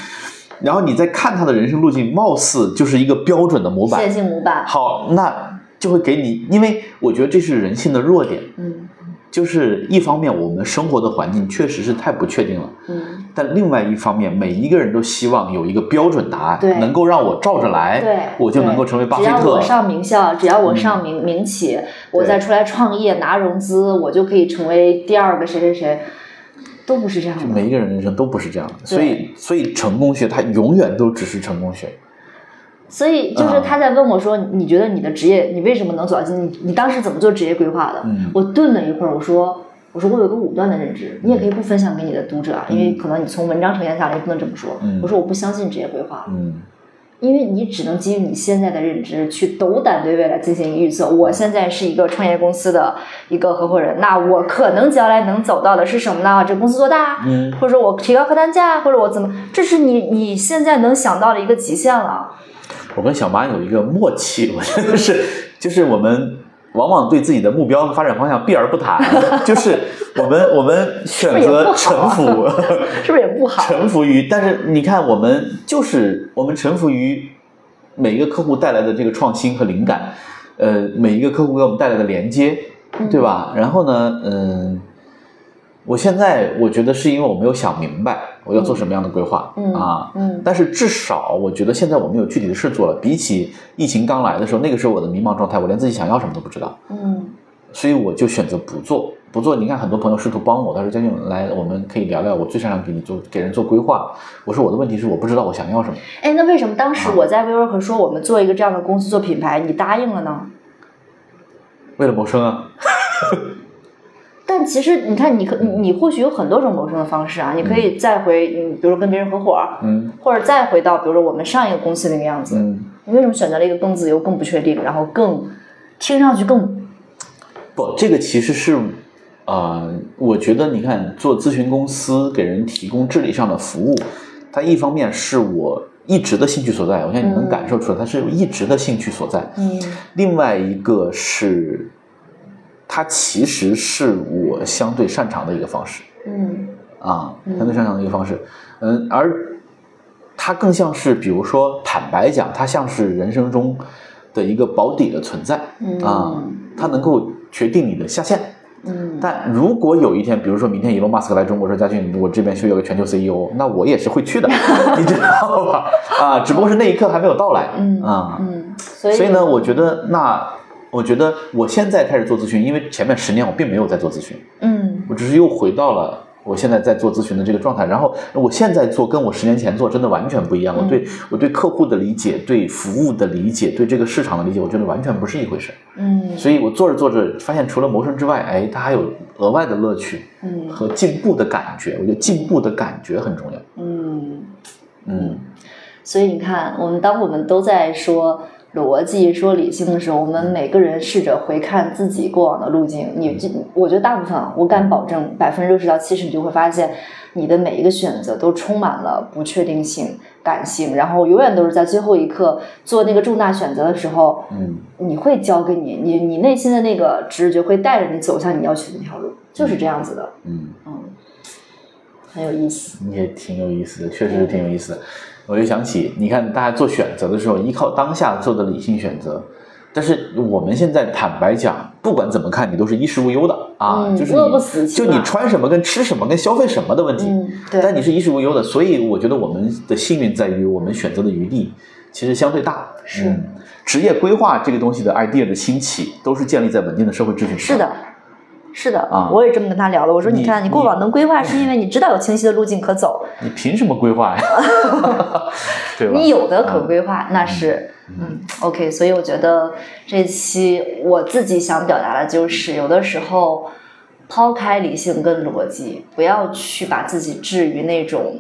Speaker 3: 然后你再看他的人生路径，貌似就是一个标准的模
Speaker 2: 线
Speaker 3: 板。
Speaker 2: 性模板，
Speaker 3: 好，那就会给你，因为我觉得这是人性的弱点，
Speaker 2: 嗯
Speaker 3: 就是一方面我们生活的环境确实是太不确定了，
Speaker 2: 嗯，
Speaker 3: 但另外一方面，每一个人都希望有一个标准答
Speaker 2: 对
Speaker 3: 案，能够让我照着来，
Speaker 2: 对，
Speaker 3: 哎我就能够成为
Speaker 2: 对
Speaker 3: 巴菲
Speaker 2: 只要我
Speaker 3: 特。嗯
Speaker 2: 上名校，只要我上名名企，我再出来创业拿融资，我就可以成为第二个谁谁谁，都不是这样的。
Speaker 3: 每一个人人生都不是这样的，所以所以成功学它永远都只是成功学。
Speaker 2: 所以就是
Speaker 3: 啊
Speaker 2: 他在问我说：“你觉得你的职业，你为什么能走下去？你你当时怎么做职业规划的？”
Speaker 3: 嗯
Speaker 2: 我顿了一会儿，我说：“我说我有一个武断的认知，你也可以不分享给你的读者啊，因为可能你从文章呈现下来，你不能这么说。
Speaker 3: 嗯
Speaker 2: 我说我不相信职业规划，
Speaker 3: 嗯，
Speaker 2: 因为你只能基于你现在的认知去斗胆对未来进行预测。我现在是一个创业公司的一个合伙人，那我可能将来能走到的是什么呢？这公司做大，
Speaker 3: 嗯
Speaker 2: 或者说我提高客单价，或者我怎么？这是你你现在能想到的一个极限了。
Speaker 3: 我跟小马有一个默契，我觉得是 <laughs> 就是我们。往往对自己的目标和发展方向避而不谈， <laughs> 就是我们我们选择
Speaker 2: 是
Speaker 3: 臣
Speaker 2: 不是也不
Speaker 3: 服 <laughs>
Speaker 2: 好，是不是也不好？
Speaker 3: 臣服于。但是你看，我们就是我们臣服于每一个客户带来的这个创新和灵感，呃，每一个客户给我们带来的连接，
Speaker 2: 嗯
Speaker 3: 对吧？然后呢，嗯、我现在我觉得是因为我没有想明白我要做什么样的规划、
Speaker 2: 嗯
Speaker 3: 啊。
Speaker 2: 嗯
Speaker 3: 但是至少我觉得现在我们有具体的事做了，比起疫情刚来的时候，那个时候我的迷茫状态，我连自己想要什么都不知道。
Speaker 2: 嗯
Speaker 3: 所以我就选择不做，不做。你看，很多朋友试图帮我，他说：“江俊，来，我们可以聊聊，我最擅长给你做给人做规划。”我说：“我的问题是我不知道我想要什么。
Speaker 2: 哎，那为什么当时
Speaker 3: 啊
Speaker 2: 我在 WeWork 说我们做一个这样的公司做品牌，你答应了呢？”
Speaker 3: 为了谋生啊，
Speaker 2: 但其实你看，你可你你或许有很多种谋生的方式啊，你可以再回，嗯，比如说跟别人合伙儿，
Speaker 3: 嗯
Speaker 2: 或者再回到比如说我们上一个公司那个样子。
Speaker 3: 嗯，
Speaker 2: 你为什么选择了一个更自由、更不确定，然后更听上去更
Speaker 3: 不，这个其实是，呃，我觉得你看，做咨询公司给人提供治理上的服务，它一方面是我一直的兴趣所在，我相信你能
Speaker 2: 嗯
Speaker 3: 感受出来，它是有一直的兴趣所在。
Speaker 2: 嗯
Speaker 3: 另外一个是，它其实是我相对擅长的一个方式。
Speaker 2: 嗯
Speaker 3: 啊，
Speaker 2: 嗯
Speaker 3: 相对擅长的一个方式。嗯，而它更像是，比如说，坦白讲，它像是人生中的一个保底的存在
Speaker 2: 嗯
Speaker 3: 啊，它能够决定你的下限
Speaker 2: 嗯，
Speaker 3: 但如果有一天，比如说明天 Elon Musk 来中国说：“佳俊，我这边需要一个全球 CEO”，那我也是会去的，你知道吧？啊，只不过是那一刻还没有到来。
Speaker 2: 嗯
Speaker 3: 啊，
Speaker 2: 嗯，所以
Speaker 3: 所以呢，我觉得那我觉得我现在开始做咨询，因为前面十年我并没有在做咨询，
Speaker 2: 嗯
Speaker 3: 我只是又回到了我现在在做咨询的这个状态。然后我现在做跟我十年前做真的完全不一样。我对我对客户的理解、对服务的理解、对这个市场的理解，我觉得完全不是一回事。
Speaker 2: 嗯
Speaker 3: 所以我做着做着发现，除了谋生之外，哎，它还有额外的乐趣
Speaker 2: 嗯
Speaker 3: 和进步的感觉。我觉得进步的感觉很重要。
Speaker 2: 嗯，
Speaker 3: 嗯
Speaker 2: 所以你看，我们当我们都在说逻辑、说理性的时候，我们每个人试着回看自己过往的路径。
Speaker 3: 嗯
Speaker 2: 你这，我觉得大部分啊，我敢保证百分之六十到七十，你就会发现你的每一个选择都充满了不确定性、感性，然后永远都是在最后一刻做那个重大选择的时候，
Speaker 3: 嗯，
Speaker 2: 你会交给你，你你内心的那个直觉会带着你走向你要去的那条路，就是这样子的，
Speaker 3: 嗯，
Speaker 2: 嗯，很有意思，
Speaker 3: 也挺有意思的，确实是挺有意思的。我就想起，你看大家做选择的时候，依靠当下做的理性选择。但是我们现在坦白讲，不管怎么看，你都是衣食无忧的啊，
Speaker 2: 嗯
Speaker 3: 就是
Speaker 2: 饿不死
Speaker 3: 你
Speaker 2: 起
Speaker 3: 就
Speaker 2: 码
Speaker 3: 你穿什么、跟吃什么、跟消费什么的问题。
Speaker 2: 嗯，对，
Speaker 3: 但你是衣食无忧的，所以我觉得我们的幸运在于我们选择的余地其实相对大。
Speaker 2: 是
Speaker 3: 嗯职业规划这个东西的 idea 的兴起，都是建立在稳定的社会秩序之上。
Speaker 2: 是的，是的，
Speaker 3: 啊
Speaker 2: 我也这么跟他聊了。我说，
Speaker 3: 你
Speaker 2: 你看，你
Speaker 3: 你
Speaker 2: 过往能规划，是因为你知道有清晰的路径可走，
Speaker 3: 你凭什么规
Speaker 2: <laughs>
Speaker 3: 划呀？ <laughs> 对吧？啊
Speaker 2: 你有的可规划，那是，嗯，OK。所以我觉得这期我自己想表达的就是，有的时候抛开理性跟逻辑，不要去把自己置于那种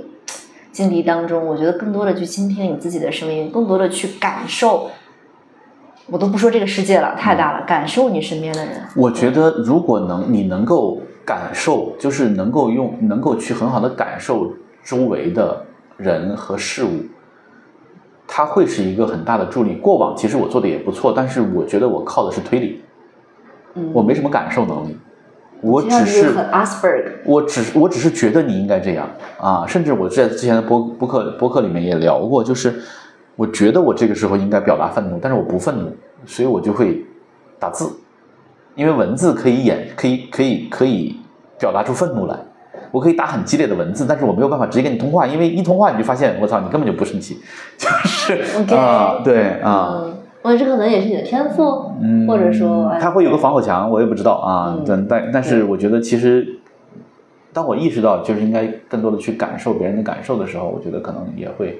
Speaker 2: 境地当中。我觉得更多的去倾听你自己的声音，更多的去感受。我都不说这个世界了，太大
Speaker 3: 嗯
Speaker 2: 了，感受你身边的人。
Speaker 3: 我觉得如果能你能够感受，就是能够用能够去很好的感受周围的人和事物，它会是一个很大的助力。过往其实我做的也不错，但是我觉得我靠的是推理，
Speaker 2: 嗯，
Speaker 3: 我没什么感受能力，我
Speaker 2: 这样
Speaker 3: 只
Speaker 2: 就是很 Asperg。
Speaker 3: 我只是我只是觉得你应该这样啊，甚至我在之前的播播客播客里面也聊过，就是我觉得我这个时候应该表达愤怒，但是我不愤怒，所以我就会打字，因为文字可以演，可以可以可以表达出愤怒来。我可以打很激烈的文字，但是我没有办法直接跟你通话，因为一通话你就发现，我操，你根本就不生气，就是
Speaker 2: 嗯 OK
Speaker 3: 啊，对啊，
Speaker 2: 嗯，我觉得这可能也是你的天赋，
Speaker 3: 嗯，
Speaker 2: 或者说，哎
Speaker 3: 他会有个防火墙，我也不知道啊。
Speaker 2: 嗯
Speaker 3: 但但但是我觉得，其实当我意识到就是应该更多的去感受别人的感受的时候，我觉得可能也会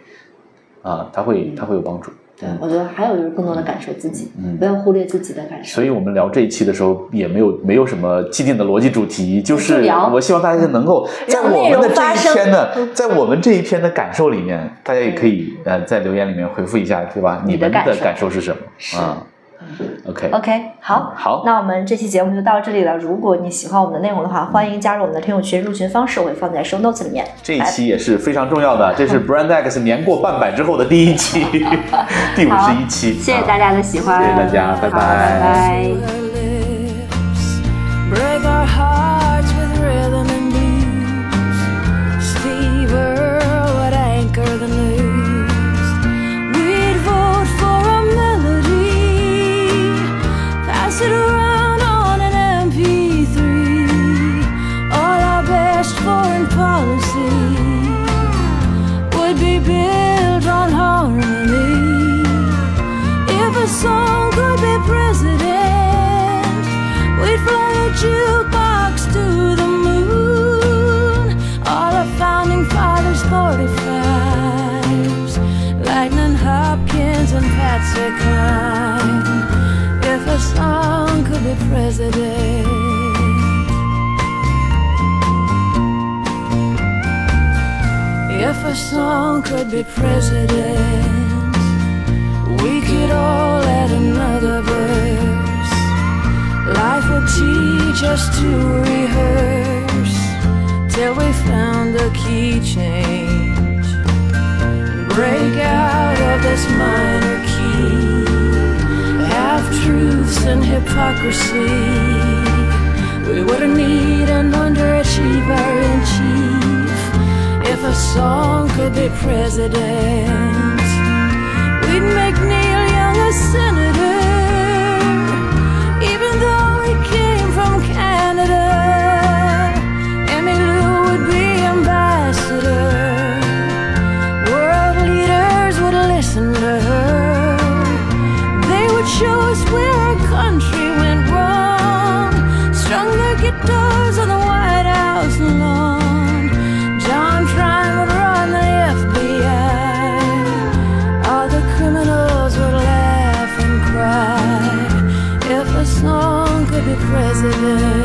Speaker 3: 啊，他
Speaker 2: 嗯
Speaker 3: 会他会有帮助。
Speaker 2: 对，我觉得还有就是更多的感受自己，
Speaker 3: 嗯
Speaker 2: 不要忽略自己的感受。
Speaker 3: 所以我们聊这一期的时候，也没有没有什么既定的逻辑主题，就是
Speaker 2: 就聊
Speaker 3: 我希望大家能够在
Speaker 2: 让
Speaker 3: 我
Speaker 2: <laughs> 内
Speaker 3: 们
Speaker 2: 容
Speaker 3: 的这
Speaker 2: 发
Speaker 3: 一
Speaker 2: 生
Speaker 3: 篇的，在我们这一篇的感受里面，大家也可以呃在留言里面回复一下，对吧？
Speaker 2: 你
Speaker 3: 你
Speaker 2: 的
Speaker 3: 们
Speaker 2: 感
Speaker 3: 的
Speaker 2: 受
Speaker 3: 感受是什
Speaker 2: 是
Speaker 3: 么？啊，OK，
Speaker 2: OK，好，
Speaker 3: 好
Speaker 2: 那我们这期节目就到这里了。如果你喜欢我们的内容的话，欢迎加入我们的听友群，入群方式我会放在 show notes 里面。
Speaker 3: 这一期也是非常重要的，
Speaker 2: <laughs>
Speaker 3: 这是 Brand X 年过半百之后的第一期，第五十一期。啊
Speaker 2: 谢谢大家的喜欢，
Speaker 3: 谢谢大家拜
Speaker 2: 好
Speaker 3: 拜
Speaker 2: 拜拜
Speaker 1: to their lips. Break our hearts with rhythm and blues. Steve Earle would anchor the news. We'd vote for a melody. Pass it around on an MP3. All our best foreign policy would be built on harmony. If a song could be president, we'd fly a jukebox to the moon. All our founding fathers, 45s, Lightning Hopkins and Patsy Cline. If a song could be president. If a song could be president, we could all add another verse. Life would teach us to rehearse till we found the key change. Break out of this minor key, half truths and hypocrisy. We wouldn't need an underachiever in chief if a song could be president. We'd make Neil Young a senator, even though he came from Canada. president. Oh.